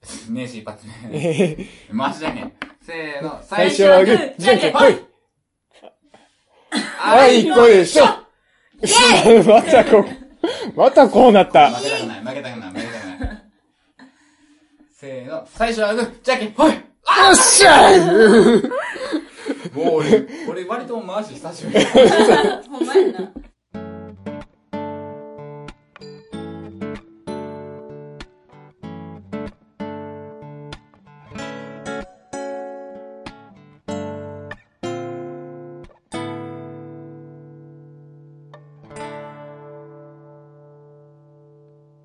ですね、一発え目。へへマジでね。せーの、最初はグー、じゃんけんぽいあはい、こうでしょまたこ、またこうなった。負けたくない、負けたくない、負けたくない。せーの、最初はグー、じゃんけんぽいよっしゃ ーもう俺、俺割とマジ久しぶり。ほんまや な。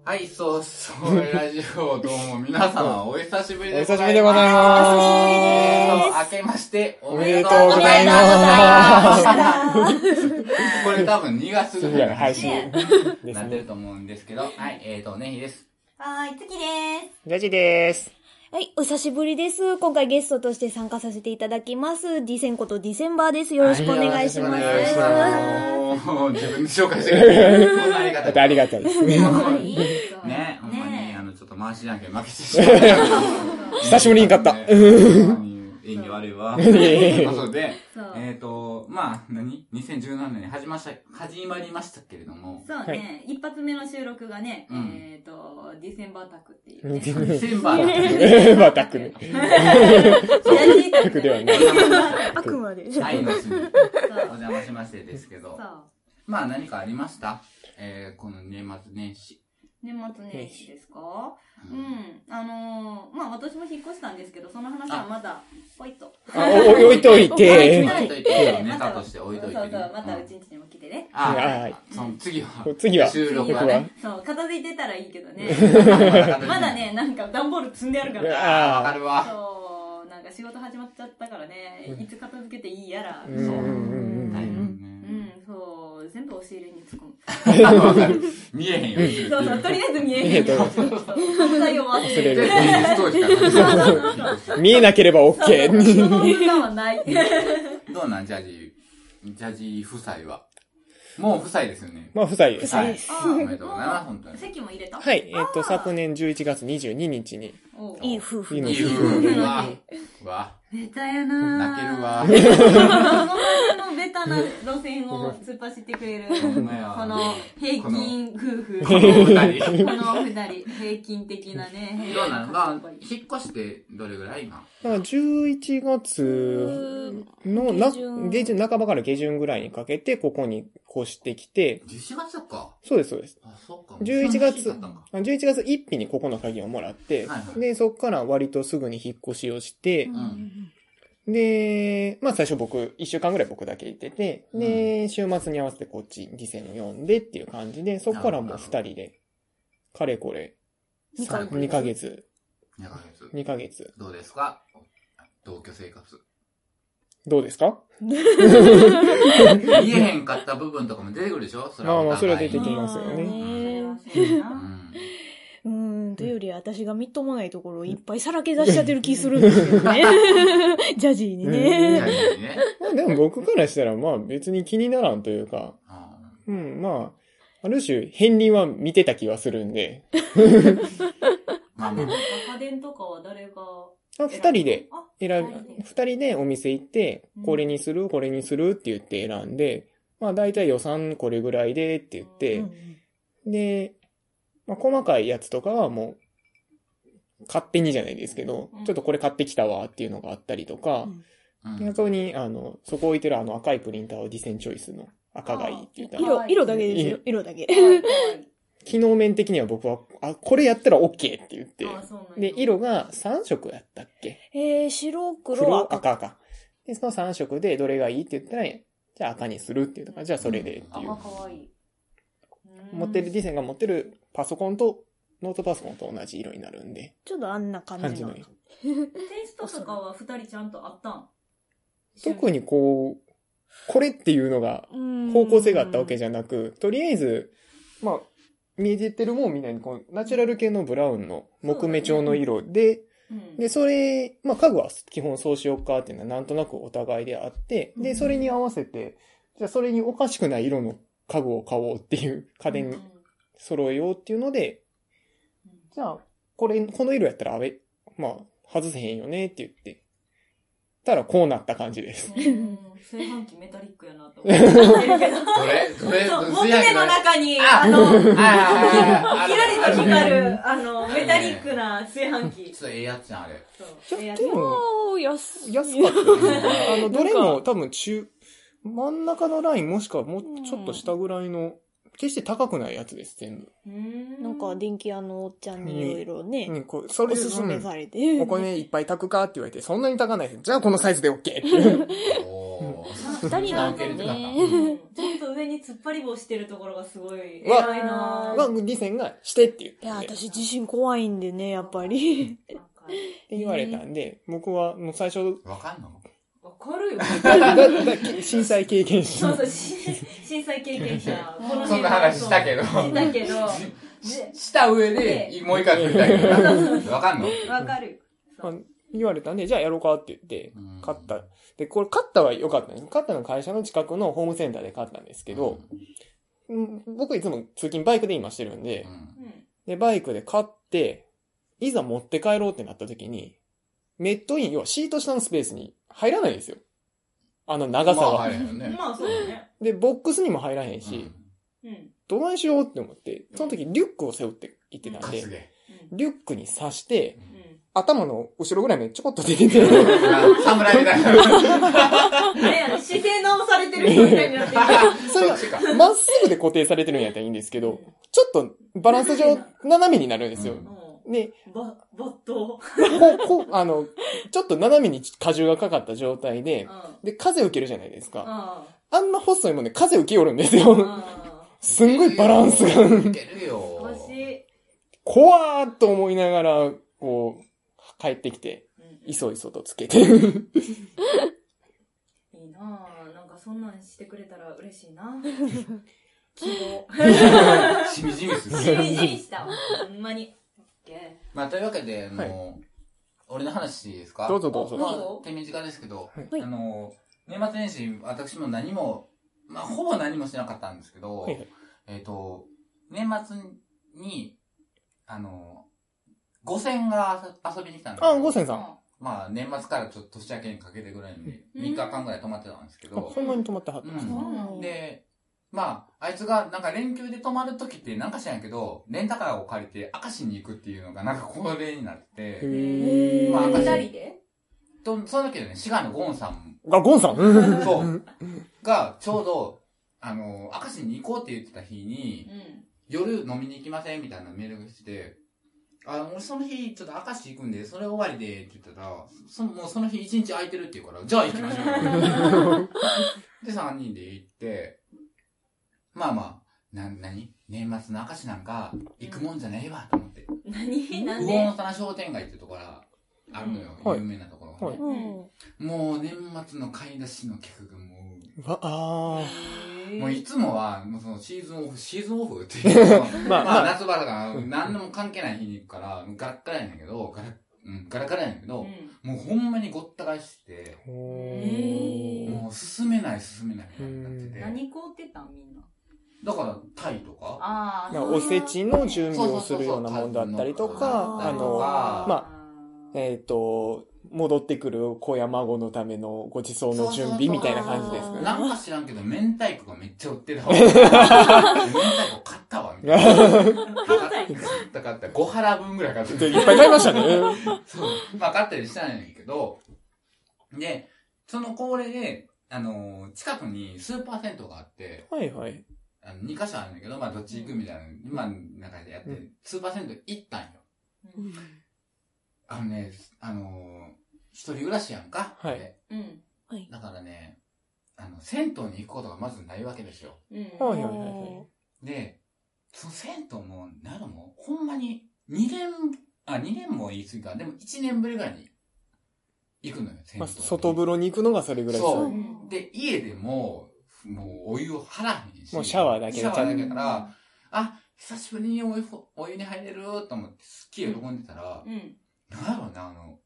はい、そうそう、ラジオどうも皆様、お久しぶりおで久しぶりでございま明けまして、おす。おめでめでととううごござざいいま。ますす。これ多分2月次ぐら回い配信でなすってね。ると思うんですけど、はい、えーと、ねひです。はーい、次でーす。ラジです。はい、お久しぶりです。今回ゲストとして参加させていただきます。ディセンコとディセンバーです。よろしくお願いします。はいよろしくお願いしまもう自分で紹介してくれる。こんなありがだったいてありがたいですね。いいですかね、ほんまに、ねあの、ちょっと回しじゃんけん負けてしまった。久しぶりに勝ったねほんまに演技悪いわ。そうでそう、えっ、と、まあ、何 ?2017 年に始ました、始まりましたけれども、そうね、一発目の収録がね、うんえっと、ディセンバータクっていうね。ディえセンバーだったねー、またくね。タタクではない。あくまで。愛の日にお そう邪魔しましてですけどそ、う。まあ何かありましたえー、この年末年始。年末年始ですかううんん。あのー、まあ私も引っ越したんですけど、その話はまだ、ぽいっと。あお置いといて。置いといてネタとして置いといてそねうそう、またうんうちんちにも来てね。あはいー、その次は、次は、収録僕はねは。そう、片付いてたらいいけどね。 ままだ。ね、なんか段ボール積んであるかうら。あー、わかるわ。そう、なんか仕事始まっちゃったからね、いつ片付けていいやら。うそんう。うん大うん変ねう。ん、そう、全部押し入れに突っ込む。わかる見えへんよ。そうそう、とりあえず見えへんけど、犯罪を忘それれる。でど見えなければそうそう、仕 OK。事の時間はない。うなんジャージー、ジャージー夫妻は。もう夫妻ですよね。 まあ、夫妻です。ははいい。あおめでとうございます、本当に。席も入れたえっと、昨年11月22日に。おういい夫婦いいのいい夫婦わ。わ。ベタやな泣けるわ。そののベタな路線を突っ走って くれる、こんまやの平均夫婦、この二人。この二人、平均的なね。どうなのまあ、引っ越してどれぐらい今だから11月のな下旬下旬、半ばから下旬ぐらいにかけて、ここに越してきて、 ?11 月か。そうです、そうです。あ、そうか。 11月だったんか、 11月1日にここの鍵をもらって、はいはいで、そこから割とすぐに引っ越しをしてう、ん。で、まあ最初僕、1週間ぐらい僕だけいてて、で、週末に合わせてこっち、ディセンを読んでっていう感じで、そこからもう2人で、かれこれ、二ヶ月2ヶ月、 2ヶ月。 2ヶ月。どうですか同居生 活。どうですか 見えへんかった部分とかも出てくるでしょそれまはあまおあ、それは互出いてに。きますよね。うね。ん。うん、というより私がみっともないところをいっぱいさらけ出しちゃってる気するんですよ ね。ジャジーにジャね。ニーにね。まあでも僕からしたら、まあ別に気にならんというか、うんうん、まあ、ある種、片鱗は見てた気はするんで、ま あまあ。家電とかは誰がまあ二人であ、選び、二人でお店行ってうん、これにする、これにするって言って選んで、まあ大体予算これぐらいでって言っうて、で、まあ細かいやつとかはもう、勝手にじゃないですけどうん、ちょっとこれ買ってきたわっていうのがあったりとか、うん逆に、あの、そこ置いてるあの赤いプリンターをディセンチョイスの赤がいいって言ったら、色、色だけですよ。色だけ。機能面的には僕は、あ、これやったら OK って言って、あそうなんで、や色が3色やったっけえー、白、黒、黒、赤。赤、赤。で、その3色でどれがいいって言ったら、じゃあ赤にするっていうとか、じゃあそれでっていうあ。可愛い持ってる、ディセンが持ってるパソコンと、ノートパソコンと同じ色になるんで、ちょっとあんな感感じじのの。色。テイストとかは二人ちゃんとあったん特にこう、これっていうのが方方向性があったわけじゃなく、とりあえず、まあ、見えてるもんみたいに、こう、ナチュラル系のブラウンの木目調の色で、うんで、それ、まあ、家具は基本そうしようかっていうのはなんとなくお互いであって、うで、んそれに合わせて、じゃあそれにおかしくない色の家具を買おうっていう家電揃えようっていうので、じゃあ、これ、この色やったらあれ、まあ、外せへんよねって言って、たらこうなった感じです。うん炊飯器メタリックやなと思ってるけど。どれどれそう、ど木れや目けどのあ中に、ああの、ああああ ひらりと光る、あの、んメタリックな炊飯器。ちょっとええやつじゃん、あれ。そう。やえでもおー、安い。安かったよね。 あの、どれなんもか多分中、真ん中のラインもしくはもうちょっと下ぐらいの、決して高くないやつです、全部。うんなんか、電気屋のおっちゃんにいろいろね、うん、こうそれおすすめされて。うんお金いっぱい炊くかって言われて、そんなに炊かないです。じゃあこのサイズで OK っていう。おー。二人なん受だけ入れてなかったね。うんちょっと上に突っ張り棒してるところがすごい、うわ偉いなまあ、リセンがしてって言っいや、たんで、っ私地震怖いんでね、やっぱり。わかて言われたんで、僕はもう最初、わかんのるわかるよ。だだだ震災経験しそうたそ。う、し震災経験者。このそんな話したけどそうしたけど、でした上で、もう一回作りたいけど。わかんのわかる。そまあう言われたんで、じゃあやろうかって言って、買った。で、これ買ったは良かったんです。買ったのは会社の近くのホームセンターで買ったんですけど、うん僕いつも通勤バイクで今してるんうん、でう、んうんで、バイクで買って、いざ持って帰ろうってなった時に、メットイン、要はシート下のスペースに入らないんですよ。あの長さは。まあ入れへんよねまあそうだね。で、ボックスにも入らへんし、うん。どないしようって思って、その時リュックを背負って行ってたん担で、げ。リュックに刺して、うんうん頭の後ろぐらいまでちょこっと出てて、侍みたいな。あれやね、姿勢直されてる人みたいになってる。それがそっちかまっすぐで固定されてるんやったらいいんですけど、ちょっとバランス上斜めになるんですよ。うんもで、う、ば、没頭。こう、こう、あの、ちょっと斜めに荷重がかかった状態うでん。、で、風受けるじゃないですか。うあんな細いもんで風受けよるんですよ。ん。すんごいバランスが。いけるうん。よ。惜しい。怖ーっと思いながら、こう、帰ってきて、うんいそいそとつけて。いいなぁ。なんかそんなんしてくれたら嬉しいな希望。しみじみすしる。みじみした。ほんまに。オッケまあ、というわけで、あの、俺の話ですかどうぞどうーぞ。まあどうぞ、手短ですけど、はいあの、年末年始、私も何も、まあ、ほぼ何もしなかったんですけど、はいはいえっ、と、年末に、あの、五線が遊びに来たんですあ、ゴーセンンさん。あ、まあ、年末からちょっと年明けにかけてぐらいに、うん3日間ぐらい泊まってたんですけど、ほんまに止まってはった。うんそうなんだで、まあ、あいつがなんか連休で泊まるときってなんか知らんけど、レンタカーを借りて明石に行くっていうのがなんか恒例になってて、へまあ二赤字ー。人でとその時はね、滋賀のゴンさんあ、ゴンさんうんそうがちょうど、あの、明石に行こうって言ってた日に、う夜飲みに行きませんみたいなメールが来て、あ、俺その日ちょっと明石行くんで、それ終わりでって言ったら、そのもうその日一日空いてるって言うから、じゃあ行きましょ う。で、3人で行って、まあまあ、な、なに年末の明石なんか行くもんじゃねえわと思って。ん。何なん魚ので棚商店街ってところがあるのよ、はい有名なところがね、はいうん。もう年末の買い出しの客がもう、 うわ、あもういつもは、もうそのシーズンオフ、シーズンオフっていうのはー。まあ、まあまあ、夏場だから、何でも関係ない日に行くから、ガラッガラやねんけど、ガラッ、うん、ガラガラやねんけうど、んもうほんまにごった返しておて、ーもう進めない進めないみたいになってて、何買うてたんみんな。だからタイとか、ああ。まあおせちの準備をするようなもんだったりとか、そうそうそうあそうの、あまああえっ、と、戻ってくる子や孫のためのご馳走の準備みたいな感じですそうそうそうね。なんか知らんけど、明太子がめっちゃ売ってたわ。明太子買ったわ、みたいな。買った買った。5腹分ぐらい買っでた。いっぱい買いましたね。そう。まあ、買ったりしたんやけど、で、その恒例で、あのー近くにスーパー銭湯があって、はいはい。あの2カ所あるんだけど、まあ、どっち行くみたいな、今の中でやって、うスーパー銭湯行ったんよ。あのね、あのー一人暮らしやんか。はいでうん。はい。だからね、あの、銭湯に行くことがまずないわけですよ。うん。ははいいははいはいはいいははいい。で、その銭湯も、なんかもう、ほんまに、2年、あ、2年も言い過ぎか、でも1年ぶりぐらいに行くのよ、銭ま湯あ、に。外風呂に行くのがそれぐらいですそうね。うんで、家でも、もうお湯を張らへんし。もうシャワーだけでシャワーだけだから、あ、久しぶりにお湯ほお湯に入れると思って、すっげえ喜んでたら、うん。なんやろうな、あの、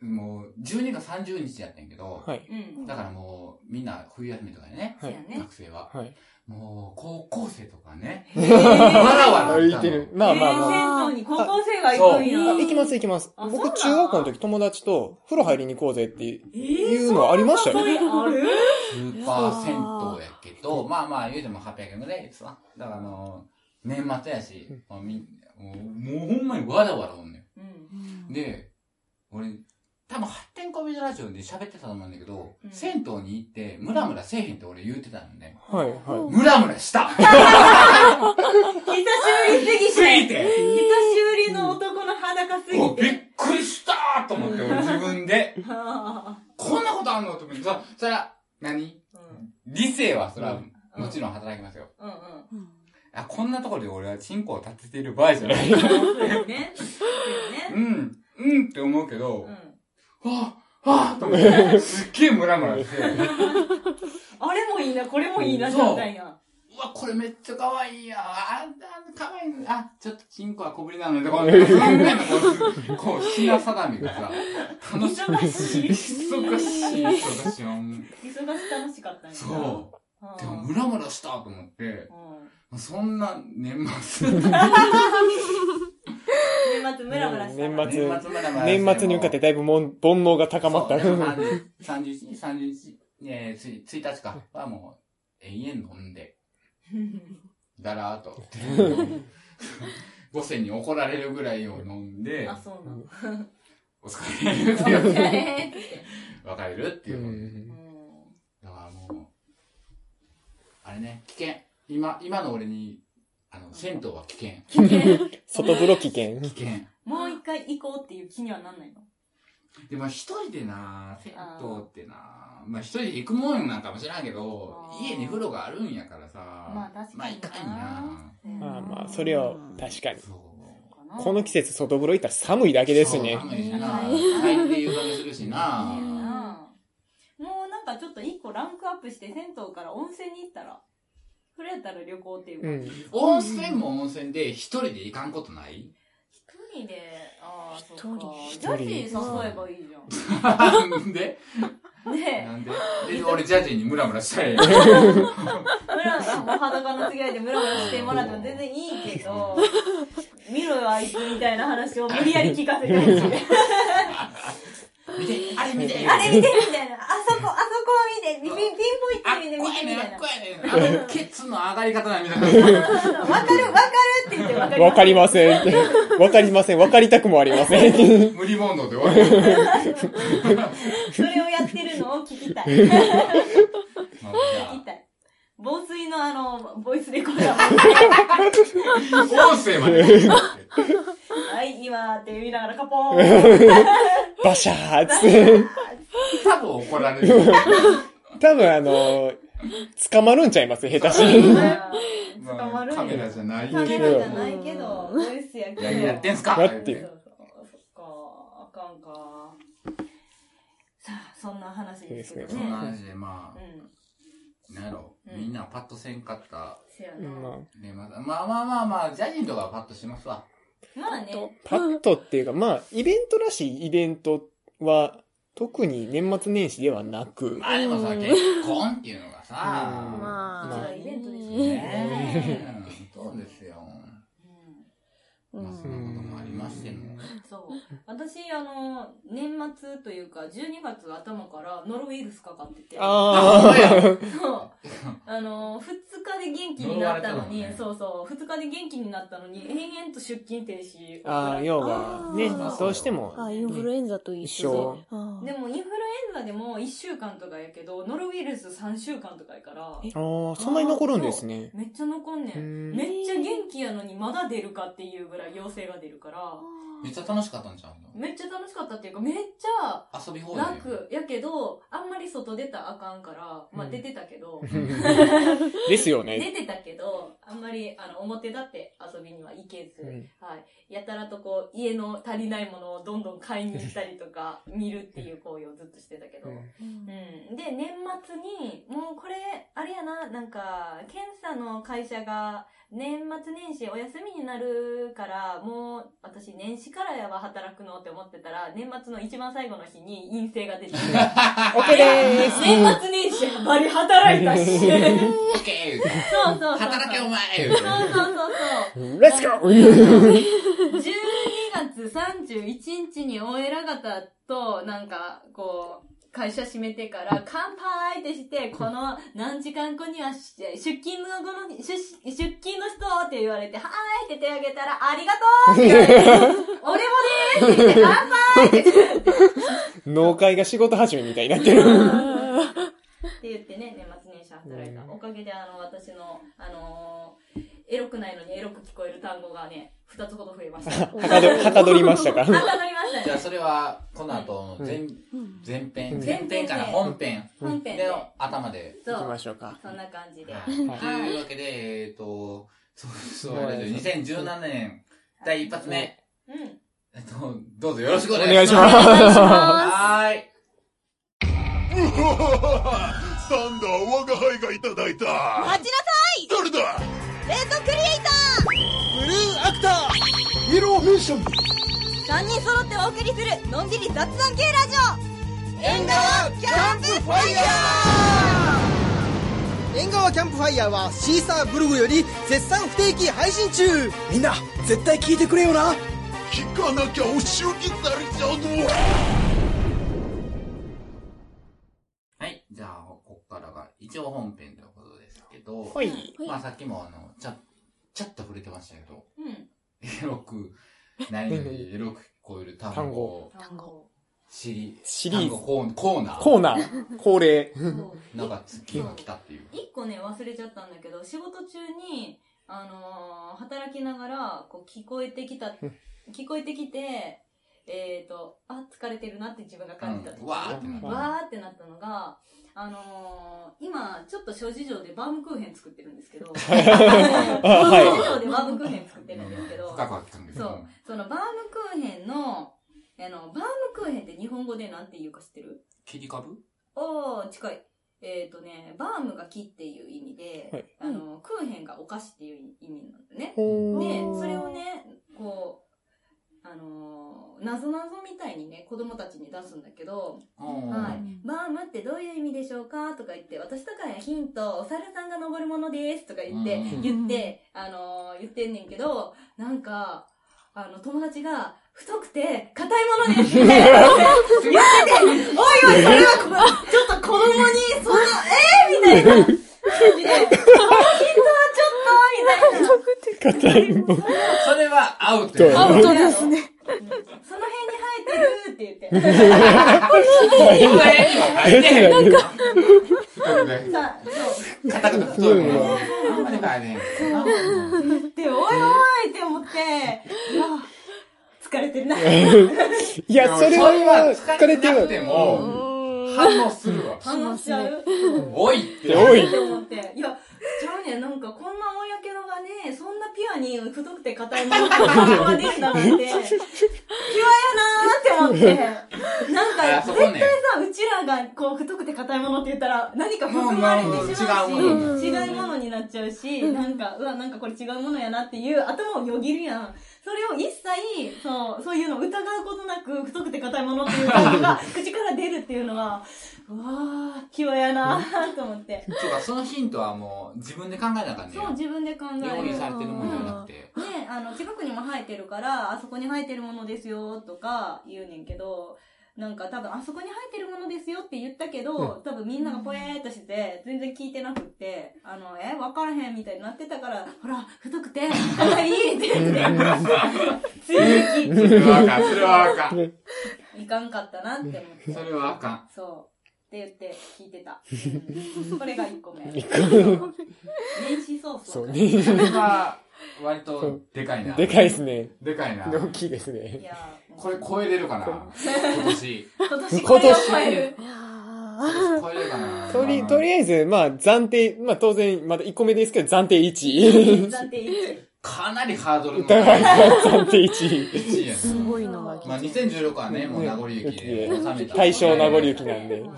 もう、12月30日やったんやけど、はい。うん。だからもう、みんな冬休みとかでね、そうやね学。生は。はい。もう、高校生とかね、わわらわら歩いてる。まあまあまあ。銭湯に高校生が行くんや。あ行きます行きます。あ僕、そう中なん学校の時友達と風呂入りに行こうぜっていうえーいうのはありましたよそね。うあるスーパー銭湯やけど、まあまあ、言うても800円ぐらいですわ。だからあの、年末やし、もうみんもう、もうほんまにわらわらおんねうん。ん。で、俺、多分発展コビラジオで喋ってたと思うんだけど、うん銭湯に行って、ムラムラせえへんって俺言うてたのね。はいはムラムラした久しぶりすぎついて。て久しぶりの男の裸すぎ。もうびってくりしたーと思って、俺自分で。あこんなことあんのと思って、そそりゃ、何ーうん理性はそりゃ、うんもちろん働きますよ。うんあ、こんなところで俺はチンコを立てている場合じゃ ない。うん。そうよね。そうようね。ん、うんって思うけど、うはんあ、はあと思って、すっげえムラムラして、うあれもいいな、これもいいな、みたいな。わ、これめっちゃ可愛いやん。あ、あ可愛いの。あ、ちょっとチンコは小ぶりな ので、こう、なんだよこう、こう、品定めがさ、楽し忙しい。忙し忙しい、忙しい。うん楽しかったんやな。そう。うん。でも、ムラムラしたと思って、うんそんな年末、年末ムラムラした な。年末ムラムラい。年末に向かってだいぶもん煩悩が高まった。そうだはから30 31日、31日、えー、つい1日か、はもう、永遠飲んで、だらーっと。ボスに怒られるぐらいを飲んであ、、そうなの。 お疲れってお言 疲って、れ別れるっていいう。だからもう、あれね、危険。今、今の俺に、あの、銭湯は危険。外風呂危険。危険。もう一回行こうっていう気にはなんないのでも一人でな、銭湯ってな、まあ一人で行くもんなんかもしれんけどあ、ー家に風呂があるんやからさ、まあ確まかあにいなかんな。まあまあ、それは確かに。そう。かなこの季節外風呂行ったら寒いだけですしねそう。寒いしな。入って湯かけするしな。うんうんもうなんかちょっと一個ランクアップして銭湯から温泉に行ったら、触れたら旅行っていううか、ん。温泉も温泉で一人で行かんこと ない一人で、ああ、そっか。一ジャ人ッジ一誘えばいいじなんでゃん。ねなんでで俺ジャジーにムラムラした い。え、ムラムラ、もう裸の付き合いでムラムラしてもらっても全然いいけ ど、見ろよあいつみたいな話を無理やり聞かせてほしい。見て、あれ見て。あれ見てみたいな。あそこ、あそこを見て。ピン、ピンポイントで見て怖見いてみねたいな。、怖いね。あの、ケツの上がり方なんみたいな。わかる、わかるって言ってわかりわかりまません。わかりません。わかりたくもありませ ん。無理ボンドで終わる。 す。それをやってるのを聞きたい。聞まきあたい。防水のあの、ボイスレコーダー。じゃあ音声まで。はい、今って言いながらカポーン。バシャーっつって。多分怒られる。多分あの、捕まるんちゃいます下手しに。まあ捕まるんやカメラじゃないカメけラどじゃ。ないけど、ボイスやけ ど。何やってんすかやってるそうそうそっか、あかんか。さあ、そんな話ですけどそねんな。話で、まうあ、ん、なんやろ。うんみんなパッとせんかった。せやうな。んまあねまあまあまあまあまあ、ジャジーとかはパッとしますわ。まあね。パッとっていうか、まあ、イベントらしいイベントは、特に年末年始ではなく、まあでもさ、うん結婚っていうのがさ、うんまあイベントですよねね。えそうですよ。うんうまあ、そんん。なこともありましても。そう。私、あの、年末というか、12月頭からノロウイルスかかってて。あそう。あの、2日で元気になったの呪に、われたのねそうそう、2日で元気になったのに、延々と出勤停止。あ、ああ、要は、ねあー、どうしても、あ、インフルエンザと一緒で。あでも、インフルエンザでも1週間とかやけど、ノロウイルス3週間とかやから、えああ、そんなに残るんですね。めっちゃ残んね。うんんめっちゃ元気やのに、まだ出るかっていうぐらい陽性が出るから、めっちゃ楽しかったんちゃうのめっちゃ楽しかったっていうか、めっちゃ、遊び放題。楽やけどあんまり外出たらあかんからまあうん出てたけど、ですよ出ね。てたけどあんまりあの表立って遊びには行けず、うんはい、やたらとこう家の足りないものをどんどん買いに行ったりとか、見るっていう行為をずっとしてたけど。うん、で、年末に、もうこれ、あれやな、なんか、検査の会社が、年末年始お休みになるから、もう、私年始からやわ、働くのって思ってたら、年末の一番最後の日に陰性が出てきて、 OK でーす。年末年始バリ働いたし。そうオッケーそうそう。働けお前そうそうそうそう。レッツゴー12月31日にお偉方と、なんか、こう、会社閉めてから、乾杯ってして、この何時間後にはし出勤の後の、出出勤の人って言われて、はーいって手あげたら、ありがとうって言われて、 俺もでーすって言って、乾杯って農会が仕事始めみたいになってる。って言ってね、年末年始働いた。おかげで、あの、私の、あのーエロくないのにエロく聞こえる単語がね、2つほど増え ました。はあ、か ど、はかどりましたか当たりましたじゃあね。それは、この後の前、前編、前編から本編本で編で。頭で。そ行きまう。しょうか。そんな感じで。はいというわけで、えっと、そうそう、あれですよ2017年第一発目、うん。えっと、どうぞよろしくおお願願いいしします。ます。はーい。サンダー我が輩がいただいた待ちなさいどれだレッドクリエイタブルーアクターイエローミッションー !3 人揃ってお送りする、のんびり雑談系ラジオ縁側キャンプファイヤ縁側キャンプファイヤーはシーサーブログより絶賛不定期配信中みんな絶対聞いてくれよな聞かなきゃお仕置きされちゃうぞはい。じゃあ、ここからが一応本編ということですけど、ほい。まあさっきもあの、ちゃ、ちゃっと触れてましたけど、うん。エロく、ないのにエロく聞こえる単単語語、単語。シリ、シリーズ単語コーコーナー。コーナー、恒例。 なんか、月が来たっていう。一個ね、忘れちゃったんだけど、仕事中に、あのー働きながら、こう、聞こえて きた、聞こえてきて、えっ、と、あ、疲れてるなって自分が感じた時、うんわーってなるわーってなったのが、あのー今、ちょっと諸事情でバームクーヘン作ってるんですけど、諸事あはい。情でバームクーヘン作ってるんですけど、深くは聞くんですけそどう。そのバームクーヘンの、あの、バームクーヘンって日本語でなんて言うか知ってる切り株おー、近い。えっ、とね、バームが木っていう意味で、はいあの、クーヘンがお菓子っていう意味なんだね。ほでー、それをね、こう、あのー、なぞなぞみたいにね、子供たちに出すんだけど、は、はいバームってどういう意味でしょうかとか言って、私とかやヒント、お猿さんが登るものですとか言って、うん言って、あのー言ってんねんけど、なんか、あの、友達が、太くて、硬い ものですみたいなこと言ってて、おいおい、それは、ちょっと子供に、そんな、えー、みたいな感じで、ヒントはちょっと、みたいな。硬いもん。それはアウトやアアウトですその辺ね。に生えてるって 言って。入ってへんよさそう硬くな太いものあんまり変えねえで、おいおいって思って、いや、疲れて るな。反いや、それは、疲れてなくる。ても反応するわ応しちゃう。おいっておいっ。て思って。いや、ちゃうねんなんかこんな公の場ね、そんなピュアに太くて硬いものが出るなんて、ピュアやなーって思って。なんあか、そ絶こね対さ、うちらがこう太くて硬いものって言ったら、何か含まれてしまうし、もうも違うものになっちゃうし、なんか、うわ、なんかこれ違うものやなっていう頭をよぎるやん。それを一切、そう、そういうのを疑うことなく、太くて硬いものっていう単語が口から出るっていうのは、うわー、ピュアやなーと思って。そうかそのヒントはもう自分で考えなあかんねそう、自分で考え用る意。されてるもんじゃなくて ね、あの、近くにも生えてるから、あそこに生えてるものですよ、とか言うねんけど、なんか多分、あそこに生えてるものですよって言ったけど、多分みんながぽえーっとしてて、全然聞いてなくって、あの、え、わからへんみたいになってたから、ほら、太くて、硬いって言って、ついそれはあかんそれはあかんいかんかったなって思って、それはあかんそう。って言って聞いてた。うんこれが1個目。年始早々。そうね。それは割とでかいなでかいですね。でかいな大きいですいね。やー、これ超えれるかな今年今年これを超える。超えれるかなとり、とりあえず、まあ、暫定、まあ、当然、まだ1個目ですけど、暫定1位。 暫定1位。かなりハードルの疑い高いが3.1。 1位やすな。ごいのが来まあ、2016はね、もう名残雪で収めた。対象名残雪なんで。はいうん。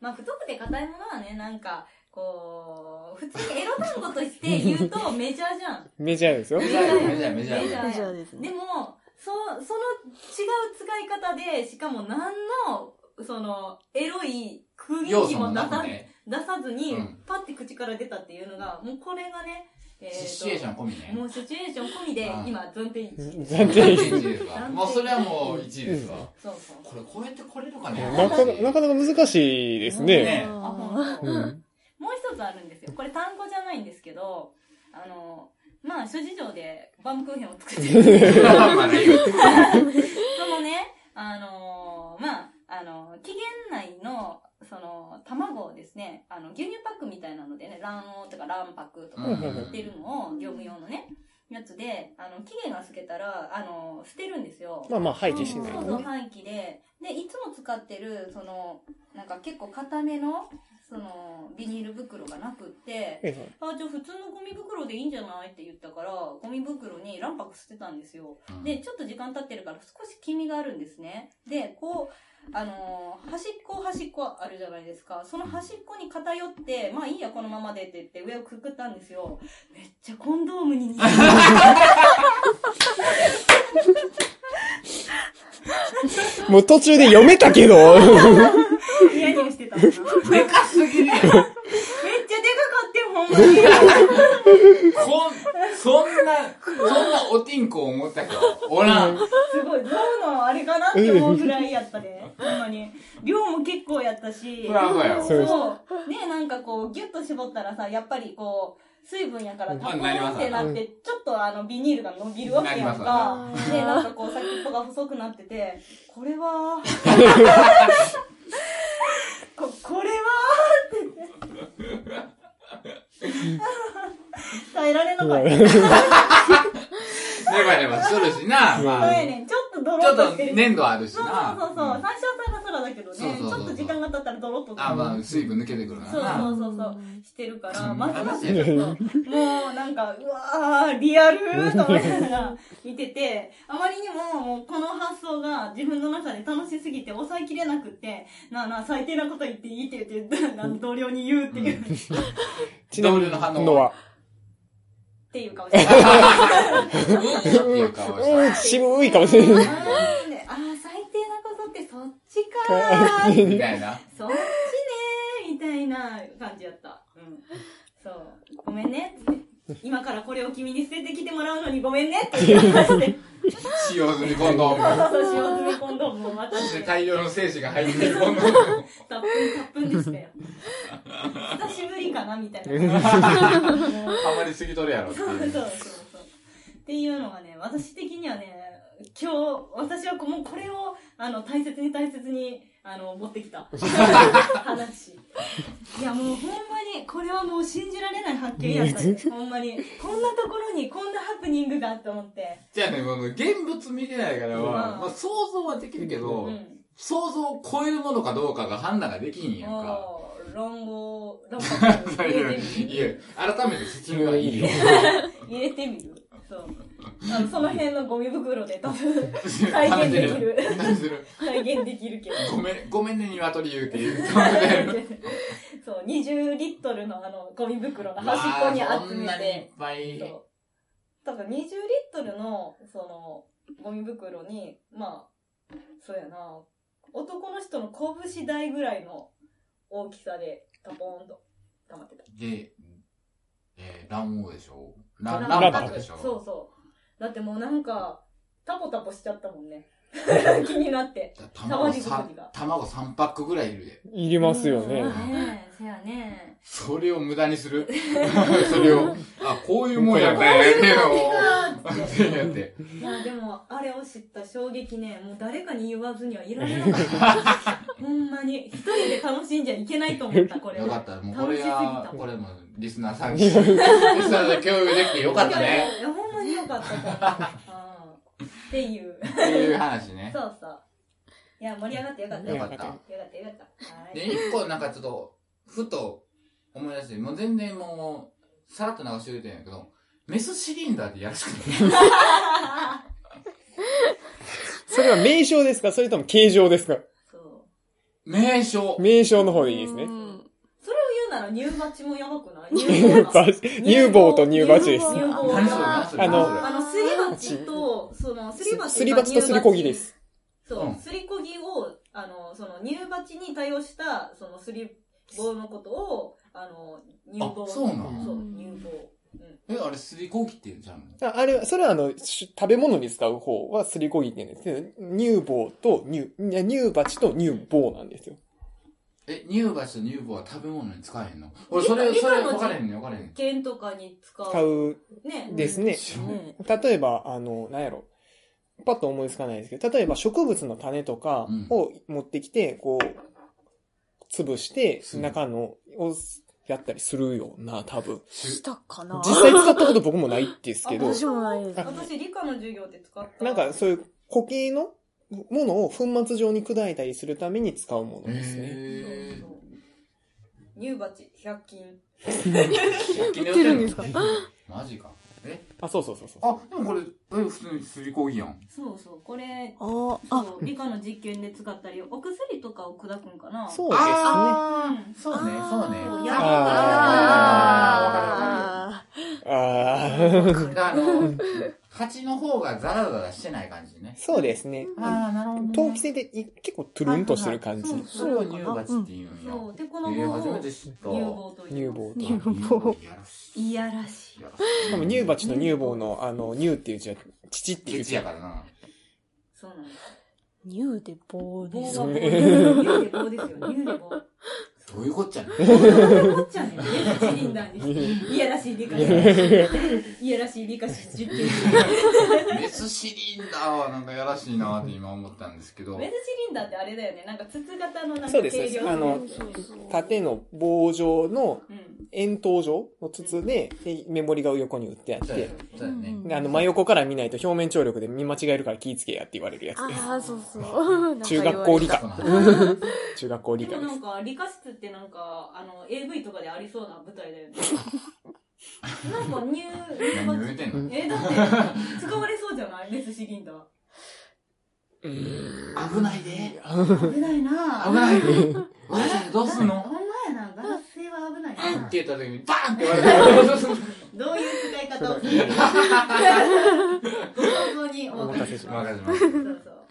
まあ、太くて硬いものはね、なんか、こう、普通にエロ単語として言 うとメジャーじゃん。メジャーですよ。メジャーよメジャー、メジャーメジャよ。ーメジャーですでね。も、そ、その違う使い方で、しかも何の、その、エロい空要気素もも出なさ,、くね、出さずに、うんパッて口から出たっていうのが、もうこれがね、えーとシチュエーション込みねも。うシチュエーション込みであ、あ今、暫定1。 3.1。 1位ですか。もうそれはもう1位ですか。そうそう。これ超えてこれるかねなかなかなか難しいですね。ねあ、あ本当。うん。もう一つある んですよ。これ単語じゃないんですけど、あの、まあ、諸事情でバームクーヘンを作って る。まあねそのね、あのーまあ、あのー期限内の、その、卵をですね、あの、牛乳パックみたいなのでね、卵黄とか卵白とかうん売ってるのを、業務用のね、やつで、あの、期限が過ぎたら、あのー捨てるんですよ。まあまあ、廃棄しそうないとそうね。廃棄ででいつも使ってるそのなんか結構硬めのそのビニール袋がなくってえあじゃあ普通のゴミ袋でいいんじゃないって言ったからゴミ袋に卵白捨てたんですよでちょっと時間経ってるから少し黄身があるんですねでこうあのー端っこ端っこあるじゃないですかその端っこに偏ってまあいいやこのままでって言って上をくくったんですよめっちゃコンドームに似てるえもう途中で読めたけど。ニヤニヤしてたなでかすぎるよめっちゃでかかってん、ほんまに。こん、そんな、そんなおてんこ思ったけど、おらん。すごい、ゾウのあれかなって思うぐらいやったで、ほんまに。量も結構やったし。フラフラやろそう。ね、なんかこう、ギュッと絞ったらさ、やっぱりこう、水分やからタコなりますってなって、ちょっとあの、ビニールが伸びるわけやんなか。で、なんかこう、先っぽが細くなってて、これは、 こ、これは って言って。耐えられなかった。ネバネバするしな、まそうあ。やねんちょっとドロちょッっととしてるし粘土あるしそうそうな。そうそう、最初はサラサラだけどね、そうそうそうそうちょっと時間が経ったらドロッとあ、まあ、水分抜けてくるな。そうそうそうそう、してるから、ますますちょっと、もうなんか、うわー、リアルーと思いながら見てて、あまりにも、もうこの発想が自分の中で楽しすぎて抑えきれなくって、なあなあ、最低なこと言っていいって言って、 なん同僚に言うっていう、っちなみ同僚の反応に、のは。ていう顔して た。うんっていう顔うしん、渋いかもしれない。あーねあー、最低なことってそっちかーた。みたいな。そっちねーみたいな感じやった。うん。そう。ごめんねっつって。今からこれを君に捨ててきてもらうのにごめんねって言いまして。使用済みコンドーム。私を詰め込んどもう渡そししてて。大量の精子が入ってるコンドーム。たっぷんたっぷんでしたよ。久しぶりかなみたいな。ハマりすぎとるやろってそうそいうう。そうそう。っていうのがね、私的にはね、今日、私はこうもうこれを、あの、大切に大切に、あの、持ってきた話。いや、もうほんまに、これはもう信じられない発見やったね。ほんまに。こんなところにこんなハプニングがあって思って。じゃあね、もう現物見てないからは、うんまあ想像はできるけど、うん。想像を超えるものかどうかが判断ができんやんか。もう、論語、論語い入やれて みいる。や、改めて説明はいいよ。入れてみる。そう。あのその辺のゴミ袋で多分、再話現せできるる。。話せる。再現できるけど。ごめん、ごめんね、鶏言うて言う。そそう、20リットルのあの、ゴミ袋の端っこに集んなめ、にいってぱい。そう。多分20リットルの、その、ゴミ袋に、まあ、そうやな、男の人の拳台ぐらいの大きさで、タポーンと、溜まってた。で、えー、卵黄でしょら卵卵白白でしょそうそう。だってもうなんか、タポタポしちゃったもんね。 気になって。だ卵卵作り三が卵3パックぐらいいるで。いりますよね。ねえ、せやねそれを無駄にする。それを、あ、こういうもんやったんやねえ。を。ってやって。いや、でも、あれを知った衝撃ね、もう誰かに言わずにはいられなか った。ほんまに。一人で楽しんじゃいけないと思った、これは。よかった。もうこれ楽しがすぎ、たこれもリスナーさんに、リスナーで共有できてよかったね。いや。いや、ほんまによかったから。うんっていう。っていう話ねそ。うそう。いや、盛り上がってよかった。よかったよかった、よかった。はで、い。一個なんかちょっと、ふと思い出して、もう全然もう、さらっと流しておいてんやけど、メスシリンダーでやるしか ない。それは名称ですかそれとも形状ですかそう。名称。名称の方でいいですね。それを言うなら、乳鉢もやば くない乳バチ乳棒と乳バチです。乳棒何それ何がそれあのあの、すり鉢と、その、すり鉢すり鉢とすりこぎで。す。そうう、んすりこぎを、あの、その、乳鉢に対応した、その、すり棒のことを、あの、乳棒。あそうなんそう、乳棒。え、あれ、すりこぎって言うんじゃんのああれは、それはあの、し食べ物に使う方はすりこぎって言うんですけど、乳棒と乳、いや乳鉢と乳棒なんですよ。え、乳鉢と乳房は食べ物に使えへんの俺、それ、理それ科の分かれへんねん、分かれへん。剣とかに使う。使うね。ですね。うん。例えば、あの、なんやろ。パッと思いつかないですけど、例えば植物の種とかを持ってきて、こう、潰して、する中のをやったりするよな、多分。したかな実際使ったこと僕もないですけどあ、私もないです。私、理科の授業で使った。なんかそういう固形のものを粉末状に砕いたりするために使うものですね。へそう乳鉢、百均。ぇー。売ってるんですかマジか。えあ、そうそうそうそう。あ、でもこれ、え、普通にすりこぎやん。そうそう、これ、ああ、あ、そう、理科の実験で使ったり、お薬とかを砕くんかな。そううですね。ああーそうね、そうね。そうやばいあーわかるあー、あわかるあ の、蜂の方がザラザラしてない感じね。そうですね。あー、なるほどね。陶器製でい結構トゥルンとする感じは。いはいそれを乳鉢って言うんや。そう、で、こえのー、棒初めをて知った。乳棒と乳いう。房乳と。房やるし。いやらしい。やるしかも乳鉢と乳房の、あの、乳っていう字は、乳っていうケチ字や。からな。そうなんです。ー、乳で棒棒ですがね。 棒で棒ですよ。乳で棒。どういうこっちゃね。思っちゃうね。シリンダーに。いやらしい理科いやらしい理科実験。メメスシリンダーはなんかやらしいなって今思ったんですけど。スシリンダーってあれだよね。なんか筒型のなんかそうですそうですあの縦の棒状のうん。円筒状の筒で、でメモリが横に打ってあっそうやて、そうやね。であの、真横から見ないと表面張力で見間違えるから気ぃつけやって言われるやつです。ああ、そうそう。中学校理そうな科。んだ中学校理で科でもなすん。か、理科室ってなんか、あの、AV とかでありそうな舞台だよね。なんか、ニュー、何を言うてんのえ、だって、使われそうじゃないメスシリンダー。危ないで。危ないなぁ。危ないで。おばあちゃんどうすんほのんまやな、ガラス製は危ないっな。て言った時にバーンって言われ た。どういう使い方をするか。ご想像におお任任せせししまわかりす。ました。そうそう。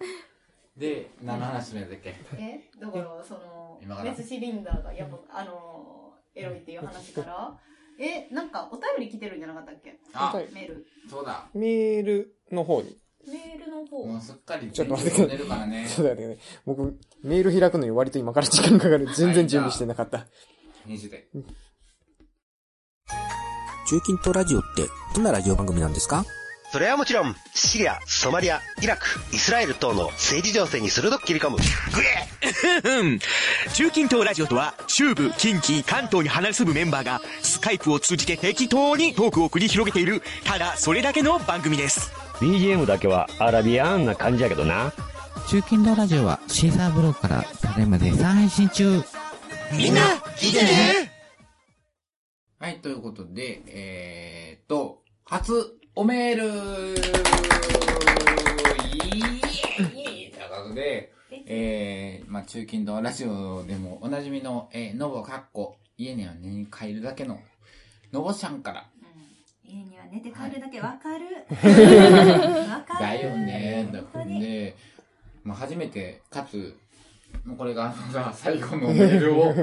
で、何の話目だっけえ、だから、その今か、らメスシリンダーが、やっぱ、あの、エロいっていう話から、え、なんか、お便り来てるんじゃなかったっけあ、メール。そうだ。メールの方に。メールの方。もうすっかりちょっと待って出るからね。そうだよね。僕、メール開くのに割と今から時間かかる。全然準備してなかった。 2時で。中近東ラジオってどんなラジオ番組なんですかそれはもちろん、シリア、ソマリア、イラク、イスラエル等の政治情勢に鋭く切り込む。中近東ラジオとは中部近畿関東に離れ住むメンバーがスカイプを通じて適当にトークを繰り広げているただそれだけの番組です BGM だけはアラビアンな感じやけどな。中近東ラジオはシーサーブログからタレムで再配信中みんな、聞いてねはい、ということで、えーっと、初おメールイエーイということで、えー、まあ中近東ラジオでもおなじみの、えー、のぼかっこ、家には寝に帰るだけの、のぼちゃんから、家には寝て帰るだけわかる。わかる。だよね本当だに。で、まあ、初めて、かつ、もうこれが、あの最後のメールを、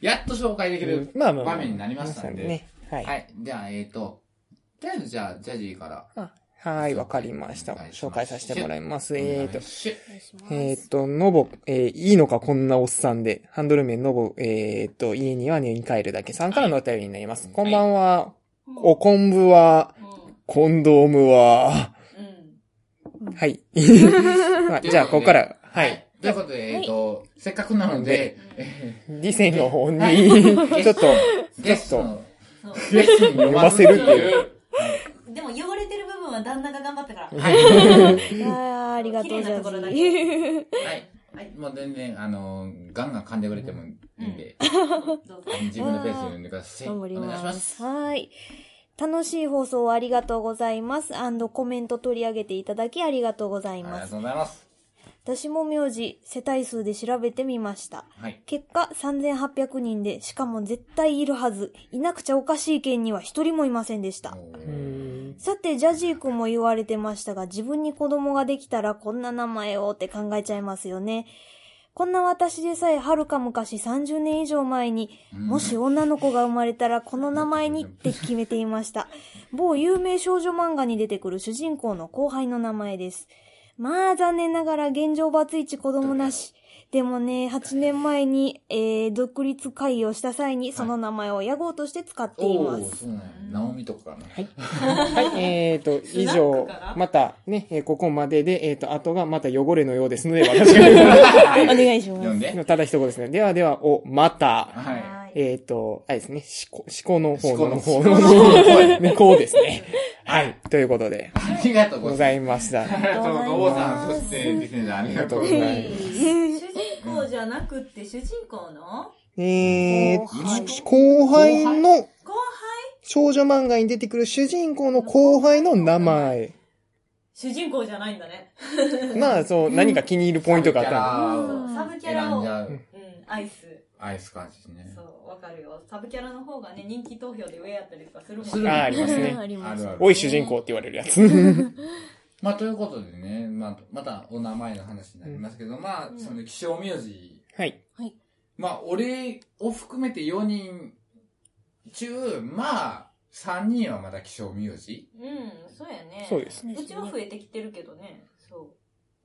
やっと紹介できるま場あまあまあ面になりましたんで。ね。はい。はい。じゃあ、えっ、と、とりあえずじゃあ、ジャジーから。あはい、わかりました。紹介させてもらいます。えーと、シュッえーっと、のぼ、えーいいのかこんなおっさんで。ハンドル名のぼ、えーっと、家には寝に帰るだけさんからのお便りになります。こんばんは。お昆布は、コンドームは、うん。はい。 まあじゃあ、ここから、はい。。ということで、えっ、と、せっかくなので、え理性の方に、は ちょっと、ーゲストの、そうゲストに読ませるっていう。でも汚れてる部分は旦那が頑張ったから。ああ、ありがとう、綺ジ麗なャところだズけジ。はい。はい。もう全然、あの、ガンガン噛んでくれてもいいんで、どうぞ自分のペースで読んでください。頑張りお願いしま。ますす。はーい。楽しい放送をありがとうございます。コメント取り上げていただきありがとうございありまがすと。うございます。私も名字、世帯数で調べてみました。はい。結果、3800人で、しかも絶対いるはず、いなくちゃおかしい県には一人もいませんでした。さて、ジャジー君も言われてましたが、自分に子供ができたらこんな名前をって考えちゃいますよね。こんな私でさえはるか昔30年以上前に、もし女の子が生まれたらこの名前にって決めていま した。某有名少女漫画に出てくる主人公の後輩の名前です。まあ残念ながら現状バツイチ子供なし。でもね、8年前に、えー、独立会議をした際にその名前を屋号として使っていおまお、す。そうなんや。ナオミとかかな。はい。はい、えっ、と、以上、またね、えーここまでで、えっ、と、後がまた汚れのようですので、私が。 お願いします。ただ一言ですね。ではでは、お、また。えっ、と、あれですね、しこ、しこの方のしこ方ののし この方ね、こうですね。はい。ということで。ありがとうごございざいました。ます。ありがとうございます。お坊さん、そして、ディフェンダーありがとうございます。主人公じゃなくって主人公のえー、後輩の、後少女漫画に出てくる主人公の後輩の名前。主人公じゃないんだね。まあ、そう、何か気に入るポイントがあったの。うんサブキャラを、選んじゃううん、アイス。アイス感じですね。そう、わかるよ。サブキャラの方がね、人気投票で上やったりとかするもんね。するあーありますねありますねおい主人公って言われるやつ。まあ、ということでね、まあ、またお名前の話になりますけど、まあ、その、気象名字。はい。はい。まあ、俺を含めて4人中、まあ、3人はまだ気象名字うん、そうやね。そうですねうちは増えてきてるけどね。そ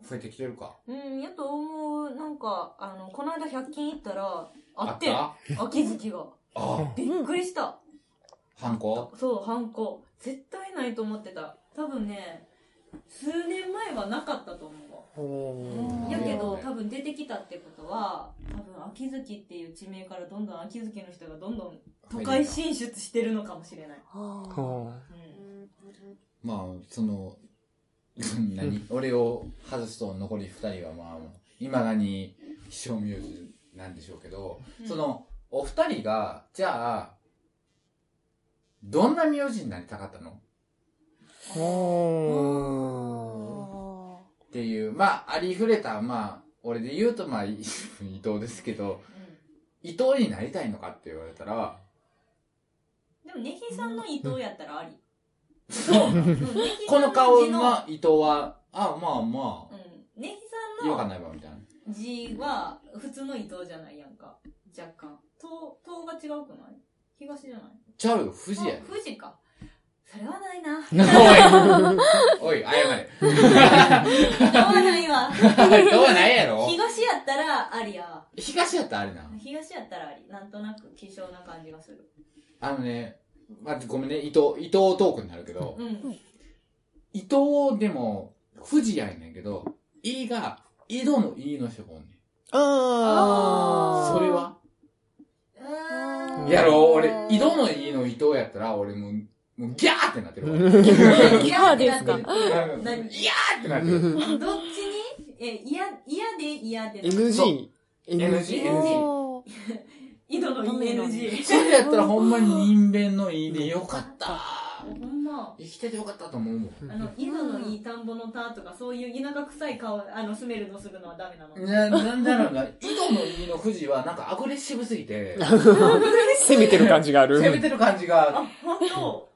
増えてきてるか。う。うん、やと思う。なんか、あの、この間100均行ったら、あってんあった秋月が。あびっくりした。あ、ハンコそう、ハンコ。絶対ないと思ってた。多分ね、数年前はなかったと思うわ。やけど、多分出てきたってことは、多分秋月っていう地名からどんどん秋月の人がどんどん都会進出してるのかもしれない。まあ、その、 何俺を外すと残り2人はまあ、いまだに秘書ミューズなんでしょうけど、うんその、お二人が、じゃあ、どんな名字になりたかったのっていう、まあ、ありふれた、まあ、俺で言うと、まあ、い 伊藤ですけど、伊藤になりたいのかって言われたら、でも、ネギさんの伊藤やったらあり。 この顔の伊藤は、あ、まあまあ、ネギ違和感さんなのいわ、みたいな。字は普通の伊藤じゃないやんか。若干。東、東が違うくない東じゃないちゃうよ、富 士やであ富士か。それはないな。 おい、おい、謝れ。どうはないわ。 どうはないやろ東やったらありやわ。東やったらありな。東やったらあり。なんとなく希少な感じがする。あのね、まあ、ごめんね、伊藤、伊藤トークになるけど、うん。伊藤でも、富士やんねんけど、いが、井戸のいの人がおんねん。あそれはやろ、俺、井戸のいの伊藤やったら、俺もう、もうギャーってなってるわ。 ギャーですかギャー何ってなってる。どっちにえ、嫌、嫌で嫌で。 NG。 NG、 NG。井戸の NG。それやったらほんまに人弁のいでよかった。ほんま。生きててよかったと思うもん。あの、井戸のいい田んぼの田とか、そういう田舎臭い顔、あの、スメルのするのはダメなの。な、なんだろうな、井戸のいの富士はなんかアグレッシブすぎて、攻めてる感じがある。攻めてる感じが、ほんと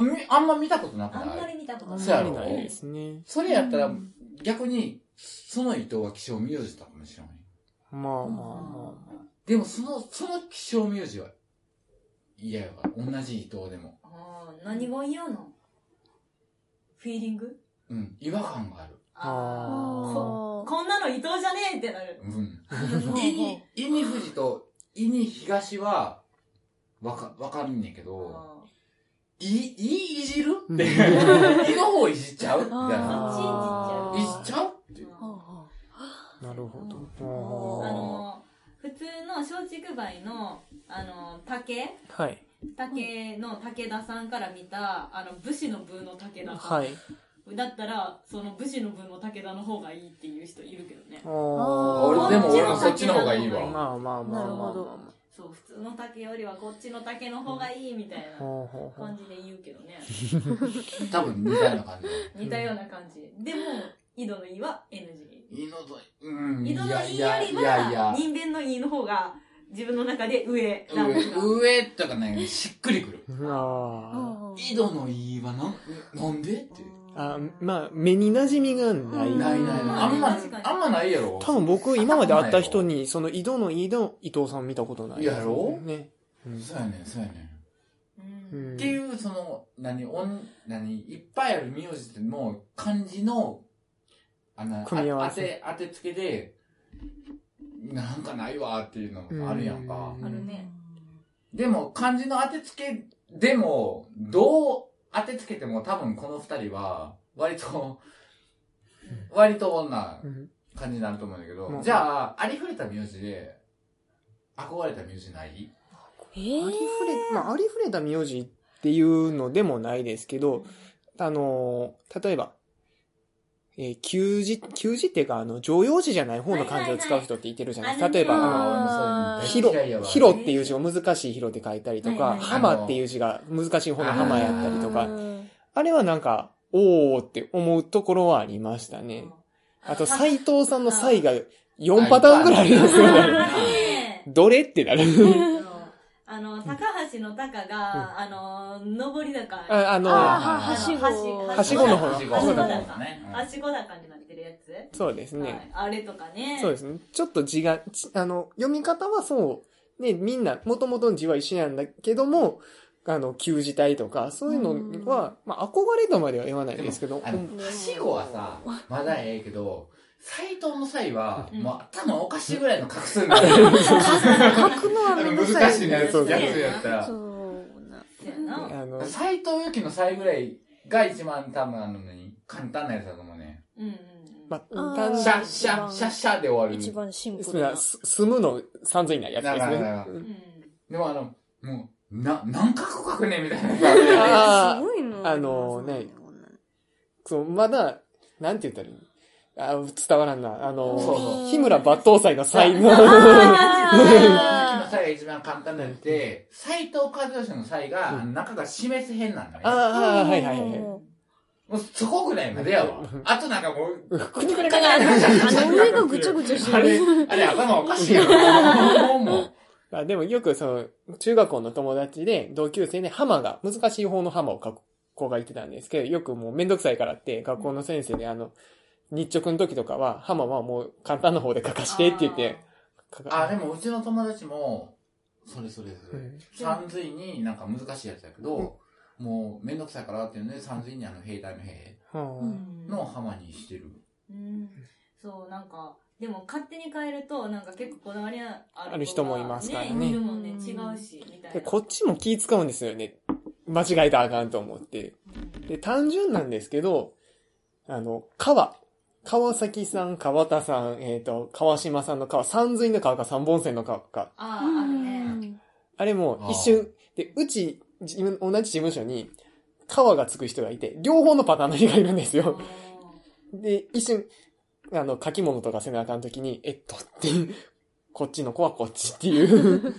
みあんま見たことなくあんまなりい見たことそうやろないですね。それやったら、逆に、その伊藤は気象名字だったかもしれない。まあまあまでもその、その気象名字は、嫌やわ。同じ伊藤でも。あー何が嫌なのフィーリングうん。違和感がある。ここんなの伊藤じゃねえってなる。うん。意に、意に富士と意に東は、わか、わかんねんけど、い、いいじるって。いの方いじっちゃうみたいな。いじっちゃうっていう。あ。なるほあど。の、普通の松竹梅の、あの、竹はい。竹の武田さんから見た、あの、武士の部の武田さん。はい。だったら、その武士の部の武田の方がいいっていう人いるけどね。あー俺でも俺もそっちの方がいいわまあまあまあまあまあ。そう、普通の竹よりはこっちの竹の方がいいみたいなほうほうほう感じで言うけどね。多分似たような感じ。似たような感じ。でも、井戸の井は NG。イノドイ、うん。井戸の井いよやりいやいやは、人間の井の方が自分の中で上なのか。上、上とかね、しっくりくる。あ井戸の井はなん、なんでって。あ、まあ、目に馴染みがない。ないないない。あんま、あんまないやろ。多分僕、今まで会った人に、その井戸の井戸、伊藤さん見たことない。やろね。うんそうやねん、そうやねうんん。っていう、その、何、おん、何、いっぱいある名字の漢字の、あの、組み合わせあ当て、当て付けで、なんかないわっていうのもあるやんか。あるね。でも、漢字の当て付けでも、どう当て付けても多分この二人は、割と、割と女感じになると思うんだけど、うんじゃあ、ありふれた名字で、憧れた名字ないありふれ、まあ、ありふれた名字っていうのでもないですけど、あのー、例えば、えー旧字、旧字っていうか、あの、常用字じゃない方の漢字を使う人っていてるじゃないですか。はいはいはい例えあば、ーあの、そうひいうの大ろ嫌いや、わひろっていう字を難しいひろって書いたりとはか、いはい浜っていう字が難しい方の浜やったりとか、あれはなんか、おーって思うところはありましたね。あと、斎藤さんの才が4パターンぐらいありますよ ね。どれってなる。あの、高橋の高が、あの、上り坂。ああのあはしごはしごの方はしごはしはしごごの高方ねうんはしご高になってるやつそうですね。はいあれとかね。そうですね。ちょっと字が、ちあの、読み方はそう、ね、みんな、もともとの字は一緒なんだけども、あの、旧字体とか、そういうのは、まあ、憧れとまでは言わないですけど、あの、はしごはさ、まだええけど、斎藤の際は、もう頭おかしいぐらいの画 数になる。書くのはめんどくさい難しいなやつ、そうそうやつやったら。あの、斎藤由貴の際ぐらいが一番多分あの何簡単なやつだと思うね。まあ、シャッシャッシャッシャッで終わる。一番シンそれはす住むの3000以内やつですなねかなか。でもあの、もう、な、何カ国書くねみたいな。あ ーすごいのあのね、そう、まだ、なんて言ったらいいのあー伝わらんな。あそうのそ、日村抜刀斎の才能。あーの際が一番簡単なやつで、斎藤和義の際が、中が示す変なんだね。 あーはいはいはいもうそこぐらいまでやわ。あとなんかもう、くにくにくに上がぐちゃぐちゃしてるあれ、あれ頭おかしいよ。もうもうあでもよくその、中学校の友達で、同級生でハマが、難しい方のハマを書く子がいてたんですけど、よくもうめんどくさいからって、学校の先生であの、日直の時とかは、ハマはもう簡単な方で書かしてって言って、あ、でもうちの友達も、それそれそれ。三髄になんか難しいやつだけど、もうめんどくさいからっていうので、三髄にあの兵隊の兵の浜にしてる。うんそう、なんか、でも勝手に変えると、なんか結構こだわりあるある人もいますからねいるもんね、違うし、みたいで、な。こっちも気使うんですよね。間違えたらあかんと思って。で、単純なんですけど、あの、川。川崎さん、川田さん、えっ、と、川島さんの川、三髄の川か三本線の川か。ああ、あるね。あれも一瞬、で、うち、自分、同じ事務所に、川がつく人がいて、両方のパターンの人がいるんですよ。 で、一瞬、あの、書き物とかせなあかんときに、えっと、っていう、こっちの子はこっちっていう。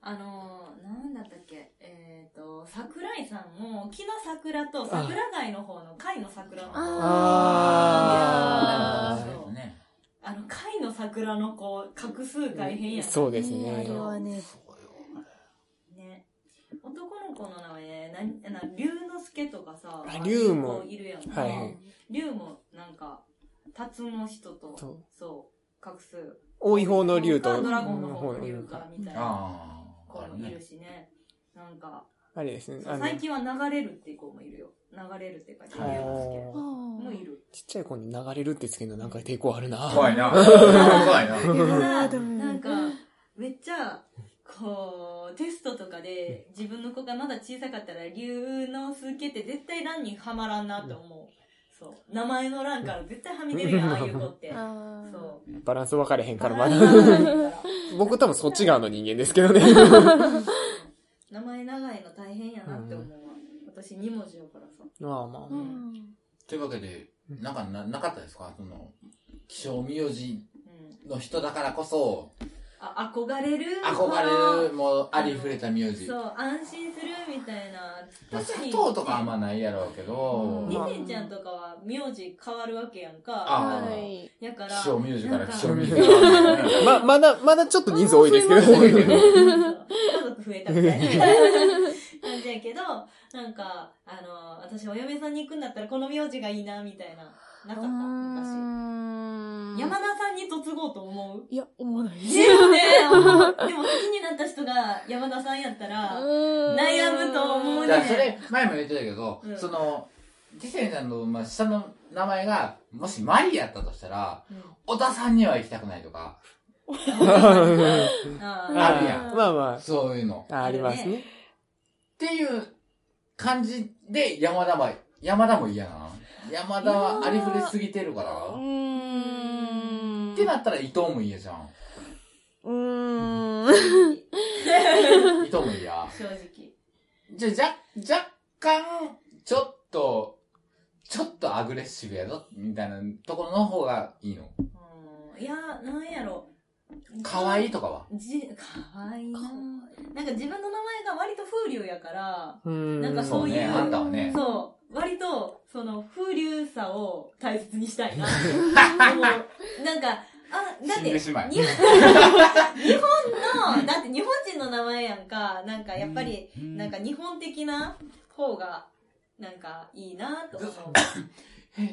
あのー、なんだったっけ、えっ、と、桜井さんも、木の桜と桜貝の方の貝の桜の方。あーいやーそうあの、貝の桜の子、画数大変やな そうですねねあれはね。ね。男の子の名前、な、な、龍之介とかさ、あ龍もあいるやんか。はいはい龍も、なんか、辰の人と、そうそう、画数。多い方の竜と、ドラゴンの方のう竜んか、みたいなあ子もいるしね。なんか、ーあれですね。そうあの、最ち近は流れるっていう子もいるよ。流れるって書いてあるやつもい る。っちゃい子に流れるってつけるのなんか抵抗あるな怖いな 怖いなけどなでもなんか、めっちゃ、こう、テストとかで、自分の子がまだ小さかったら、龍之介って絶対欄にはまらんなと思う。そう。名前の欄から絶対はみ出るやん、ああいう子って。そう。バランス分かれへんから まだバランス分かれへんか。僕多分そっち側の人間です けどね。名前長いの大変やなって思うわ。私2文字やからさ。まあまあ。というわけで、なんかな、なかったですかその、気象名字の人だからこそ、あ憧れる憧れる、もう、ありふれたミュージッそク。う安心するみたいなまあ、特佐に藤とかあんまないやろうけど、リセンちゃんとかは名字変わるわけやんかあーいやから気象ミュージからなんか気象ミュージから。ま、まだ、まだちょっと人数多いですけど。 家族増えたみたいな感じやけど、なんか、あの、私お嫁さんに行くんだったらこの名字がいいな、みたいな。なかった昔。山田さんに嫁ごうと思ういや、思わないですよね。でも好きになった人が山田さんやったら、悩むと思うだからそれね。、前も言ってたけど、うんその、ティセンさんの、まあ、下の名前が、もしマリやったとしたら、小田さんには行きたくないとか、あるやん。 まあまあ。そういうの。ありますね。っていう感じで、山田は、山田も嫌な。山田はありふれすぎてるから。ってなったら伊藤も嫌じゃん。うーん。伊藤も嫌。正直。じゃあ、じゃ、若干、ちょっと、ちょっとアグレッシブやぞ、みたいなところの方がいいの。いや、なんやろ。可愛いとかはじ、かわいいな。なんか自分の名前が割と風流やから、うんなんかそういそうう、ねあんたはねそう割と、その風流さを大切にした いな。もうなんか、あ、だって、死んでしまえ日本 日本の、だって日本人の名前やんか、なんかやっぱり、なんか日本的な方が、なんかいいなと思う。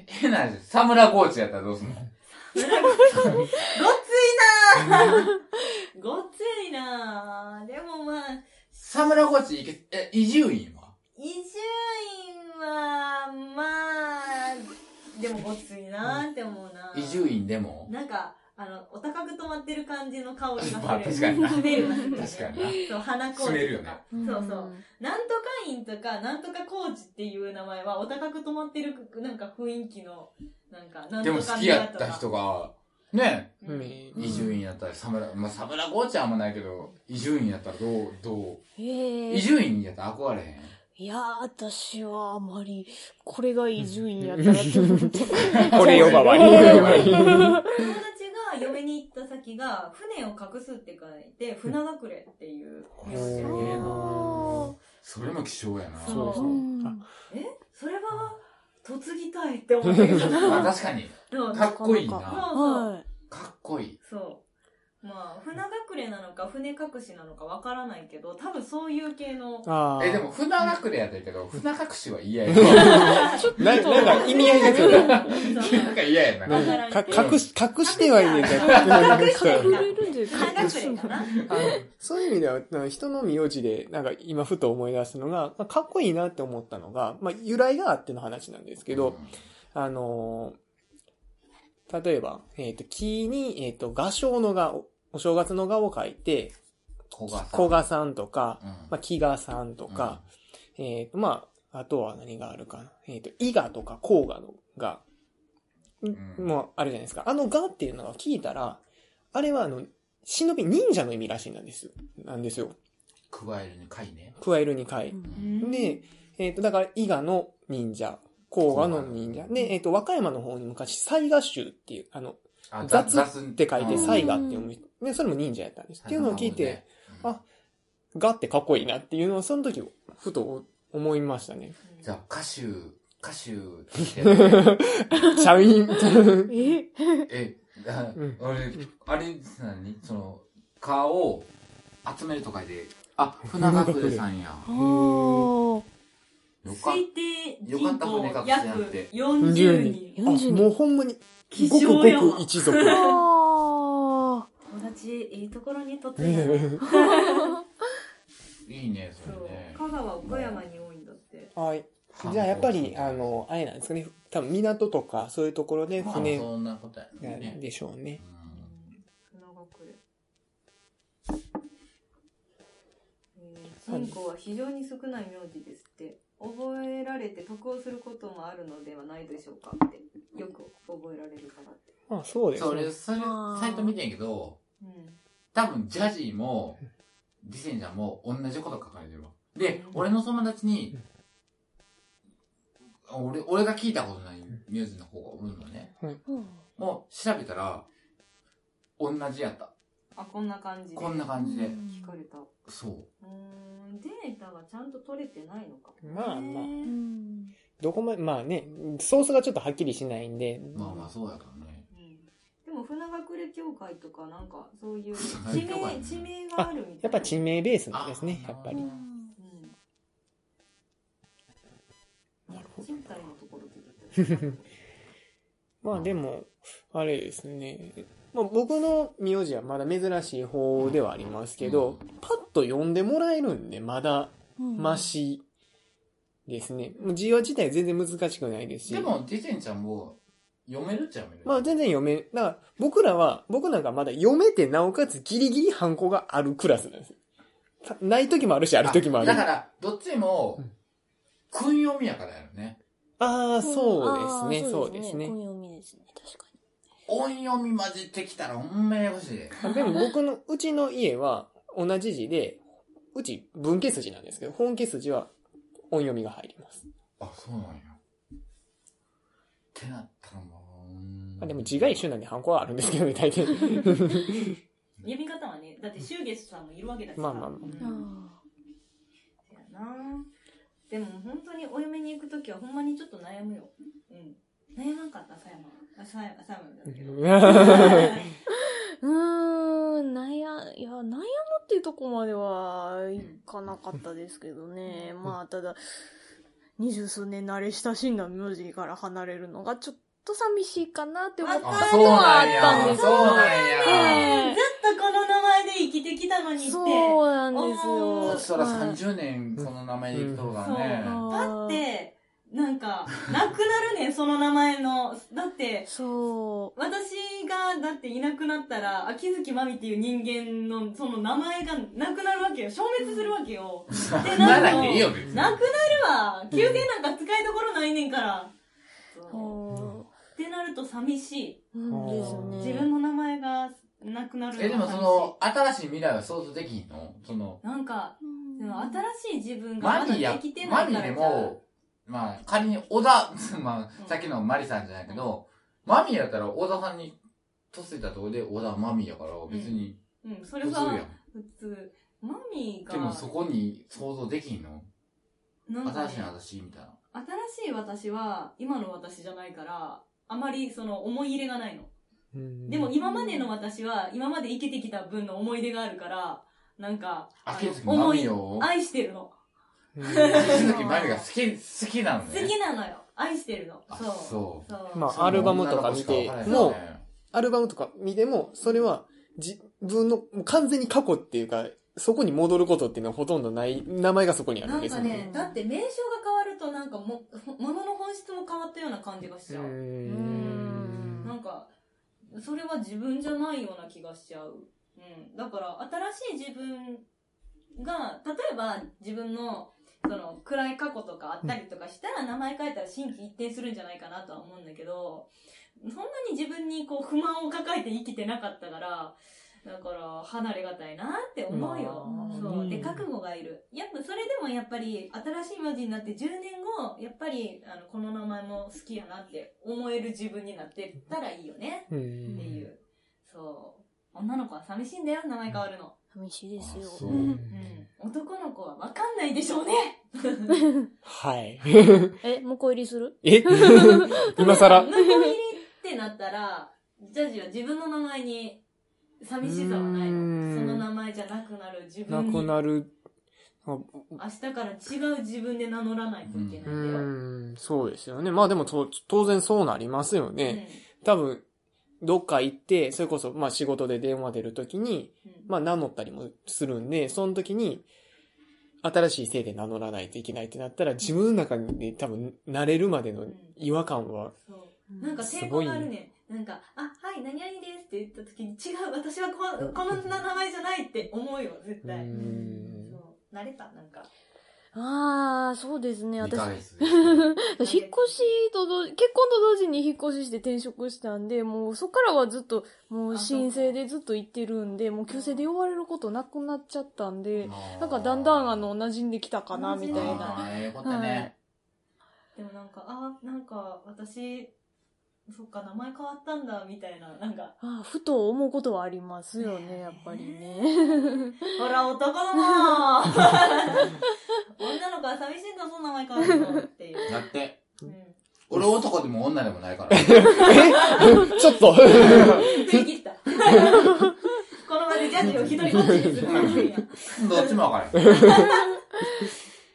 変な話、サムラコーチやったらどうすんのごっついなぁごっついなぁでもまあ、サムラコーチいけ、え、伊集院は伊集院は、まあ、でもごっついなぁって思うなぁ伊集院でもなんか、あの、お高く止まってる感じの香りがす る。まあ確かになスメルがするよね確かになそう、花麹スメるよとねか。そうそう。なんとか院とか、なんとか麹っていう名前は、お高く止まってる、なんか雰囲気の、なんか、なんでとも好か部き屋やとっかた人が、ね、うん伊集院やったら、サムラ、まあ、サムラコーチはあんまないけど、伊集院やったらどう、どうえ伊集院やったら憧れへん。いやー、私はあまり、これが伊集院やったらって思って。 これ呼ば わりこれ呼ばわ友達が嫁に行った先が、船を隠すって書いて、船隠れっていう。それも希少やな。そうですねね。えそれは、嫁ぎたいって 思ってるまあ確かにそうかっこいいなそうそう。かっこいい。そう。まあ、船隠れなのか、船隠しなのかわからないけど、多分そういう系の。あーえ、でも、船隠れやったらいいけど、船隠しは嫌やちょっとななんか意味合いが違うなんか嫌やな。か隠し、隠してはいいねんけど。隠してくれるんじゃない隠してかなあのそういう意味では、なんか人の名字で、なんか今ふと思い出すのが、まあかっこいいなって思ったのが、まあ由来があっての話なんですけど、あのー例えば、えっ、と、木に、えっ、と、画商の画、おお正月の画を書いて、小賀さん。小賀さんとか、うんまあ、木賀さんとか、えっ、と、まあ、あとは何があるかな。えっ、と、伊賀とか甲賀のが、もうあるじゃないですか。あの賀っていうのが聞いたら、あれはあの、忍び忍者の意味らしいなんですよ。なんですよ。加えるに貝ね。加える2回。で、えっ、と、だから、伊賀の忍者、甲賀の忍者。で、えっ、と、和歌山の方に昔、雑賀衆っていう、あのあ、雑雑って書いて、うん雑賀って読む。で、それも忍者やったんです。っていうのを聞いなて、あ、賀ってかっこいいなっていうのを、その時、ふと思いました ね。じゃあ、歌手、歌手って言ってる。社員。 え、だ俺、あれ、何その、顔を集めるとかで、あ、船隠れさんや。おー。よかっ定よかった船隠しじゃなくて。 40人。あもうほんまに、希ごく少やわごく一 族。友達、いいところにとってるな。いいね、それね。香川、岡山に多いんだって。はい。じゃあやっぱり、あの、あれなんですかね。多分港とかそういうところでまあ船そんなことやろうねでしょうね。人口は非常に少ない名字ですって。覚えられて得をすることもあるのではないでしょうかって。よく覚えられるからって。まあそうですねそれ、それ、サイト見てんけど、うん。多分ジャジーも、ディセンジャーも同じこと書かれてるわ。で、俺の友達に、俺、俺が聞いたことないミュージの方がおるのね。もう調べたら、同じやった。あ、こんな感じで。こんな感じで聞かれた。うそう。ーん、データがちゃんと取れてないのか。まあまあ。どこまで、まあね、ソースがちょっとはっきりしないんで。まあまあそうやからね。でも、船隠れ協会とか、なんか、そういう、隠地れ協会名、地名がああるみたいな、。やっぱ地名ベースなんですね、やっぱり。賃貸のところで。 まあでも、あれですね。まあ、僕の名字はまだ珍しい方ではありますけど、パッと呼んでもらえるんで、まだ、うんマシですね。もう字は自体全然難しくないですし。でも、ディテンちゃんも読めるっちゃ読める。まあ全然読め、だから僕らは、僕なんかまだ読めてなおかつギリギリハンコがあるクラスなんです。たない時もあるし、ある時もある。だから、どっちも、訓読みやからやろね。ああ、そうですね、そうですね。読みですね、確か音読み混じってきたら、ほんまややこしいで。でも僕の、うちの家は同じ字で、うち文家筋なんですけど、本家筋は音読みが入ります。あ、そうなんや。ってなったらもまあ、でも字が一緒なんでハンコはあるんですけどね、大抵。読み方はね、だって、シュウゲスさんもいるわけだし。まあまあうんまそうやなでも、本当にお嫁に行くときは、ほんまにちょっと悩むよ。うん。悩まんかった、朝山。朝山、朝山だったけ ど。うーん、悩、いや、悩むっていうとこまではいかなかったですけどね。まあ、ただ、二十数年慣れ親しんだ名字から離れるのがちょっと寂しいかなって思ったのそうはなあっんやたんですけどそうなんねやずっとこの名前で生きてきたのにって。そうなんですよ。こっちそらはい30年この名前で生きとるからね。パって、なんか、なくなるねん、その名前の。だって、そう。私が、だっていなくなったら、秋月まみっていう人間の、その名前がなくなるわけよ。消滅するわけよ。でならんんかでいいよ別になくなるわ。休憩なんか使いどころないねんから。そうってなると寂しい。自分の名前がなくなるのが寂しいえ、でもその、新しい未来は想像できひんのその、なんか、でも新しい自分がマまだニでやきて、なマいかニらでじゃあも、まあ、仮に小田、 まあ、さっきのマリさんじゃないけど、マミやったら小田さんにとついたところで小田マミやから、別に、うん、それ普通はやん普通。マミが、でもそこに想像できひんのなんか新ねしい私みたいな。新しい私は今の私じゃないから、あまりその思い入れがないの。でも今までの私は今まで生きてきた分の思い出があるから、なんか、秋月あのマミを、愛してるの。秋月マミが好き、好きなの好ね。きなのよ。愛してるの。そう。そう。まあ、アルバムとか見ても、アルバムとか見ても、それは自分のもう完全に過去っていうか、そこに戻ることっていうのはほとんどない、名前がそこにあるなんんですかよねね、。だって名称が変わるとなんかも、ものの本質も変わったような感じがしちゃう。うんなんか、それは自分じゃないような気がしちゃう。うん。だから、新しい自分が、例えば自分の、その、暗い過去とかあったりとかしたら、名前変えたら心機一転するんじゃないかなとは思うんだけど、そんなに自分にこう、不満を抱えて生きてなかったから、だから、離れがたいなって思うよ。そう。で、覚悟がいる。やっぱ、それでもやっぱり、新しい文字になって10年後、やっぱり、あの、この名前も好きやなって思える自分になってたらいいよね。うっていう。そう。女の子は寂しいんだよ、名前変わるの。寂しいですよ。そううん。男の子はわかんないでしょうね。はい。 え、向こう入りするえ 今更向こう入りってなったら、ジャッジは自分の名前に寂しさはないの。その名前じゃなくなる自な分くに。なる。あ明日から違う自分で名乗らないといけうない。ーん、そうですよね。まあでもと、当然そうなりますよね。多分、どっか行って、それこそ、まあ仕事で電話出るときに、まあ名乗ったりもするんで、その時に、新しい姓で名乗らないといけないってなったら、自分の中で多分、慣れるまでの違和感は、なんか抵抗があるね。なんか、あ、はい、何々ですって言った時に、違う、私はここの名前じゃないって思うよ、絶対。そう慣れた、なんか。ああ、そうですね、二私。ヶ私 引っ越しとど、結婚と同時に引っ越しして転職したんで、もうそっからはずっと、もう申請でずっと行ってるんで、もう強制で呼ばれることなくなっちゃったんで、なんかだんだんあの、馴染んできたかな、みたいな。あーええことねではいもなんか、あ、なんか、私、そっか、名前変わったんだ、みたいな、なんか。あふと思うことはありますよね、やっぱり ね。ほら、男ど も女の子は寂しいんだ、そんな名前変わるのっていう。 だって。俺男でも女でもない から。 ちょっと。振り切った。 この場でジャッジを一人こっちにするの無理や。どっちも 分からへん。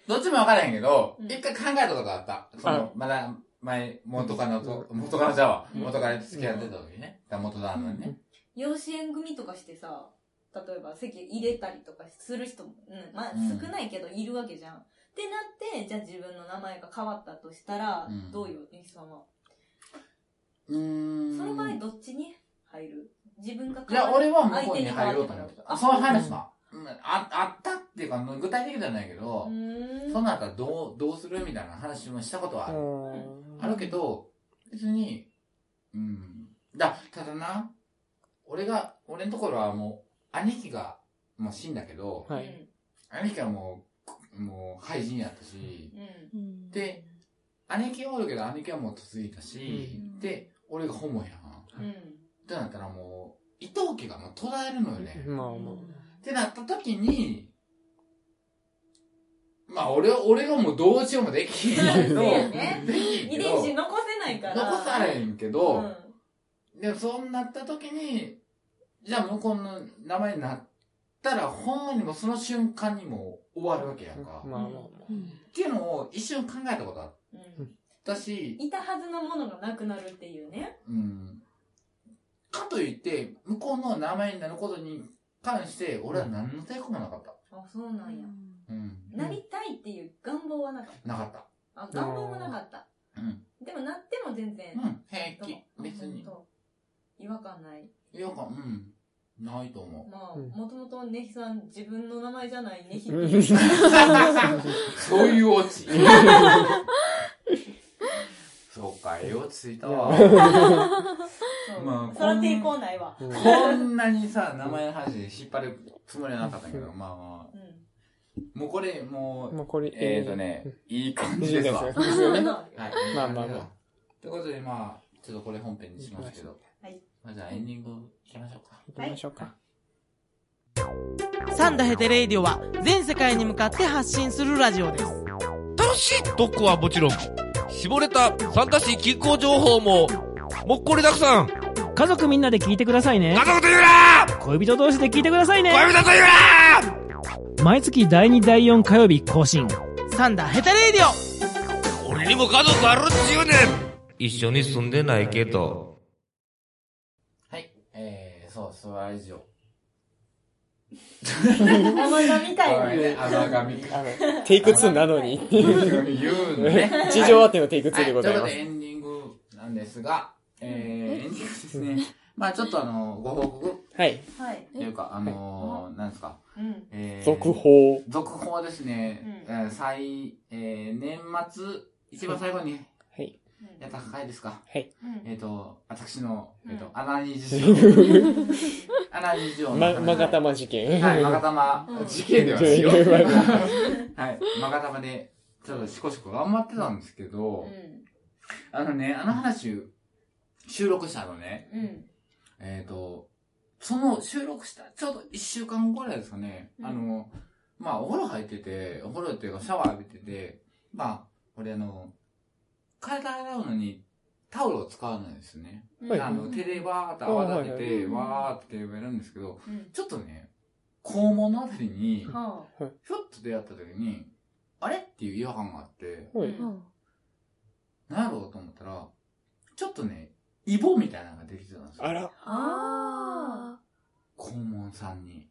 どっちも分からへんけど、一回考えたことがあった。そあの、まだ、前、元カノと、元カノじゃわ。元カノと付き合ってた時ね。元旦那にね。養子縁組とかしてさ、例えば席入れたりとかする人も、うん、まあうん少ないけどいるわけじゃん。ってなって、じゃあ自分の名前が変わったとしたら、うんどうよ、ゆきさんは。うーん。その場合どっちに入る自分がいや、俺は向相こう手に入ろうと思ってた。あ、そういう話な。うんああったっていうか、具体的じゃないけど、その後はどう、どうするみたいな話もしたことはある。あるけど、別に、うん。だ、ただな、俺が、俺のところはもう、兄貴が、もう死んだけど、はい兄貴はもう、もう、廃人やったし、で、姉貴はおるけど、姉貴はもう嫁いだし、で、俺がホモやん。ってなったらもう、伊藤家がもう途絶えるのよね。まあまあ。ってなった時に、まあ俺は、俺がもうどうしようもできへんけど、できへんけ遺ど伝子残せないから。残されへんけど、でもそうなった時に、じゃあ向こうの名前になったら、ほんまにもうその瞬間にもう終わるわけやんか。まあまあまっていうのを一瞬考えたことあったし、いたはずのものがなくなるっていうね。うん。かといって、向こうの名前になることに関して、俺は何の抵抗もなかった。あ、そうなんや。うん。なりたいっていう願望はなかっなかった。た。あ、願望もなかった。うん。でもなっても全然。平気。別に。違和感ない。いや、うん。ないと思う。まあ、うんもともとネヒさん自分の名前じゃないネヒっていう。そういうオチ。そうか、絵をついたわ。そう まあそら抵抗ないわ。こんなにさ、名前の話で引っ張るつもりはなかったけど、まあまあ。もうこれ、もう、もうこれえっ、ー、とね、いい感じですわ。いいですよはねい、まあまあまあ。ということで、まあ、ちょっとこれ本編にしますけど。はい。まあ、じゃあエンディングいきましょうか。行きましょうか。サンダヘテレイディオは全世界に向かって発信するラジオです。楽しい特攻はもちろん、絞れたサンタシー気候情報も、もっこりだくさん家族みんなで聞いてくださいね。家族と言う恋人同士で聞いてくださいね。恋人と言う毎月第2、第4火曜日更新。サンダヘテレイディオな俺にも家族あるっちゅうねん一緒に住んでないけど。えー、そう、スワラジオ。ごめんね甘がみたいに。甘がみ。テイク2な のに。。言うのね地上あってのテイク2でございはまとす。いうことでエンディングなんですが、えー、エンディングですね。 まあちょっとあの、ご報告はい。はい。というか、あのー、なんですか。うん。えー続報。続報はですね、えー最、えー、年末、一番最後に、はい。やった回ですか。はい。えっと、私の、えっと、アナニ事情。 アナニ事情のま、まがたま事件。はい、まがたま、事件ではないよ。事件ではな はいい、まがたまで、ちょっとしこしこ頑張ってたんですけど、あのね、あの話、収録したのね、うん。えっ、と、その収録した、ちょうど一週間後ぐらいですかね、うんあの、まあ、お風呂入ってて、お風呂っていうかシャワー浴びてて、まあ、俺あの、体洗うのにタオルを使わないですね。はいあの、手でわーっと泡立てて、うんわーってやるんですけど、うんちょっとね、肛門のあたりに、はひょっと出会った時に、あれっていう違和感があって、はいなんやろうと思ったら、ちょっとね、イボみたいなのができてたんですよ。あら。あ肛門さんに。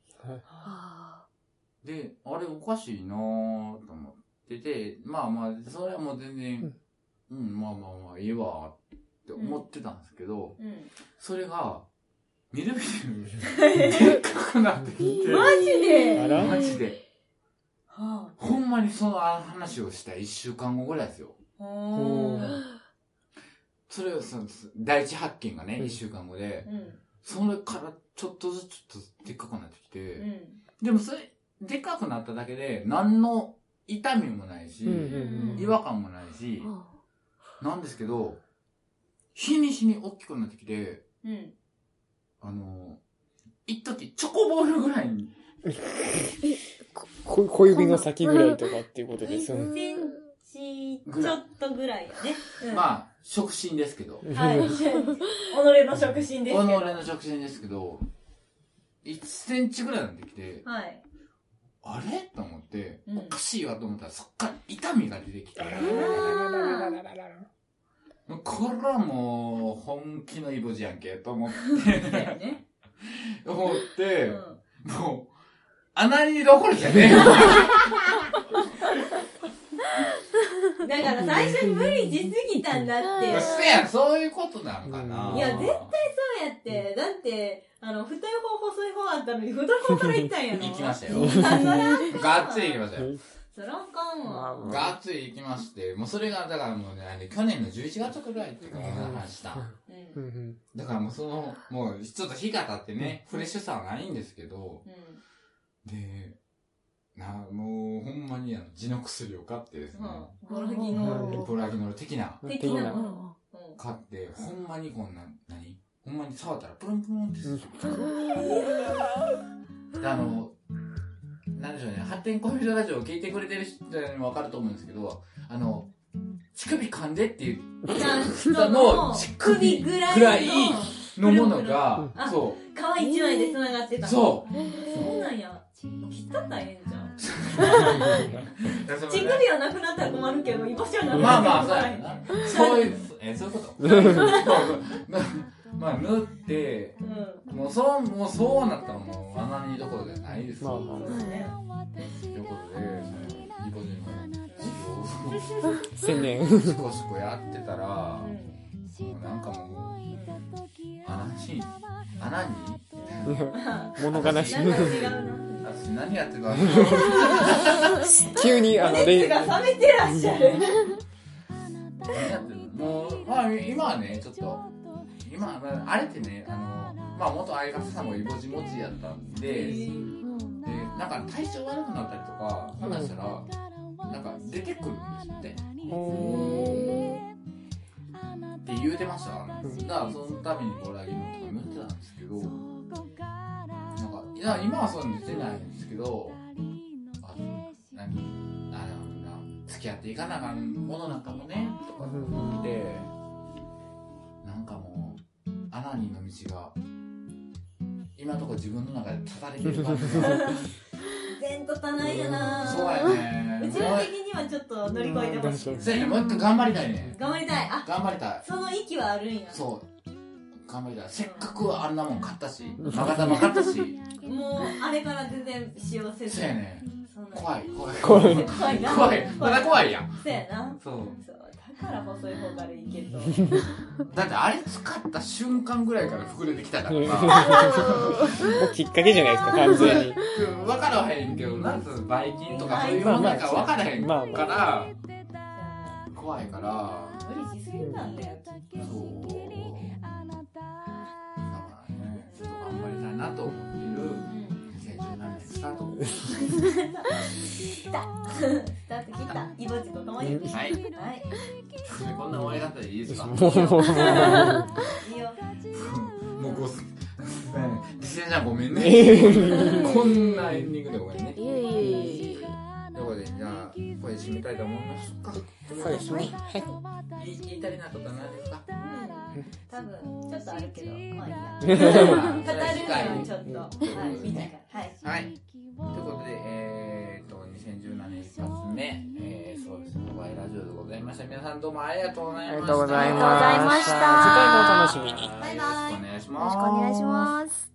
で、あれおかしいなぁと思ってて、まあまあ、それはもう全然、うん、まあまあまあ、いいわって思ってたんですけど、うん。それが、みるみる、でっかくなってきて。マジであらマジで。はほんまにその話をした一週間後ぐらいですよ。あ。おー。それをその、第一発見がね、一週間後で、うん。それからちょっとずつちょっとでっかくなってきて、うん。でもそれ、でかくなっただけで、何の痛みもないし、うんうんうん違和感もないし、なんですけど、日に日に大きくなってきて、うん。あの、一時チョコボールぐらいに。こ小指の先ぐらいとかっていうことですよ1ね。センチちょっとぐらいや ね。うん、まあ、触診ですけど。はい。 己の触診ですけど。己の直進ですけど、1センチぐらいになってきて、はい。あれと思って、おかしいわと思ったら、そっから痛みが出てきて、もうこれはもう、本気のイボジやんけ、と思って、思って、もう、穴にどころじゃねえよ。だから最初に無理しすぎたんだって。うっせえやんそういうことなのかないや、絶対そうやって。だって、あの、太い方、細い方あったのに、太い方から行ったんやろ。行きましたよそらあかん。がっつり行きましたよ。そらあかんわ。がっつり行きまして、もうそれが、だからもうね、あれ去年の11月くらいっていうか、この話した。だからもうその、もうちょっと日が経ってね、フレッシュさはないんですけど、で、な、もうほんまにあの、地の薬を買ってですね、ボラギの。プラギノール的な、的なもの。買って、ほんまにこんな、何ほんまに触ったらプルンプルンってする。であの、なんでしょうね、発展コンピューターラジオを聞いてくれてる人にもわかると思うんですけど、あの、乳首噛んでっていう人の乳首ぐらいのものが、そ皮一枚で繋がってた。。そうそうなんや。切ったったらええんじゃん。う。乳首はなくなったら困るけど、居場所はなくまなあったまあ、らそうや困る。な。そういう、え、そういうことまあ、縫って、もうそう、もうそうなったらもう穴にどころじゃないですよ。まあまあそうね。ということで、イボジの授業を千年しこしこやってたら、もうなんかもう、穴に、穴に物悲しい。私何やってるか急に、あの、熱が冷めてらっしゃる。もう、まあ、今はね、ちょっと、今、まあ、あれってね、あの、まあ、元相方さんもいぼじもちやったんで、で、なんか体調悪くなったりとか、話したら、なんか出てくるんですって。って言うてました。だから、そのためにボラギノとか塗ってたんですけど、なんか、いや今はそういうの出てないんですけど、あ何あのな付き合っていかなあかんものなんかもねとか思ってなんかもうアナニーの道が今のところ自分の中で立たれてる感じが全とたないやなそうやねうちら的にはちょっと乗り越えてほしい。そうやねもう一回頑張りたいね頑張りたい。あ、頑張りたいその息はあるんや。そう頑張りたいせっかくあんなもん買ったし曲がった曲がったしもう、あれから全然使用せず。そうやねそうなんや怖い怖い怖い怖いな。怖いまだ怖いやんそうやな。そうだから細い方からいけと。だってあれ使った瞬間ぐらいから膨れてきたからなもうきっかけじゃないですか、完全に。分からへんけどなんつうのばい菌とかそういうものなんか分からへんまあかまあら怖いから無理しすぎたんだよ。ちょっと頑張りたいなと思っている2017年スタート来た。スタート切った。イボジと共に。はいはい。こんな終わり方でいいですかもういいよ。もうごす自転車ごめんねこんなエンディングでごめんねいえいえいえいえ。ということでじゃあこれ締めたいと思いますかそうですねはい言い言い足りないことは何ですか多分、ちょっとあるけど、まあい いや。語語るるののはちょっと。はい、みたいな。はい。はい。ということで、えー、っと、2017年一発目、えー、そうですね、モバイルラジオでございました。皆さんどうもありがとうございました。ありがとうございましたありがとうございました次回もお楽しみにバイバイ。よろしくお願いしよろしくお願ます。いします。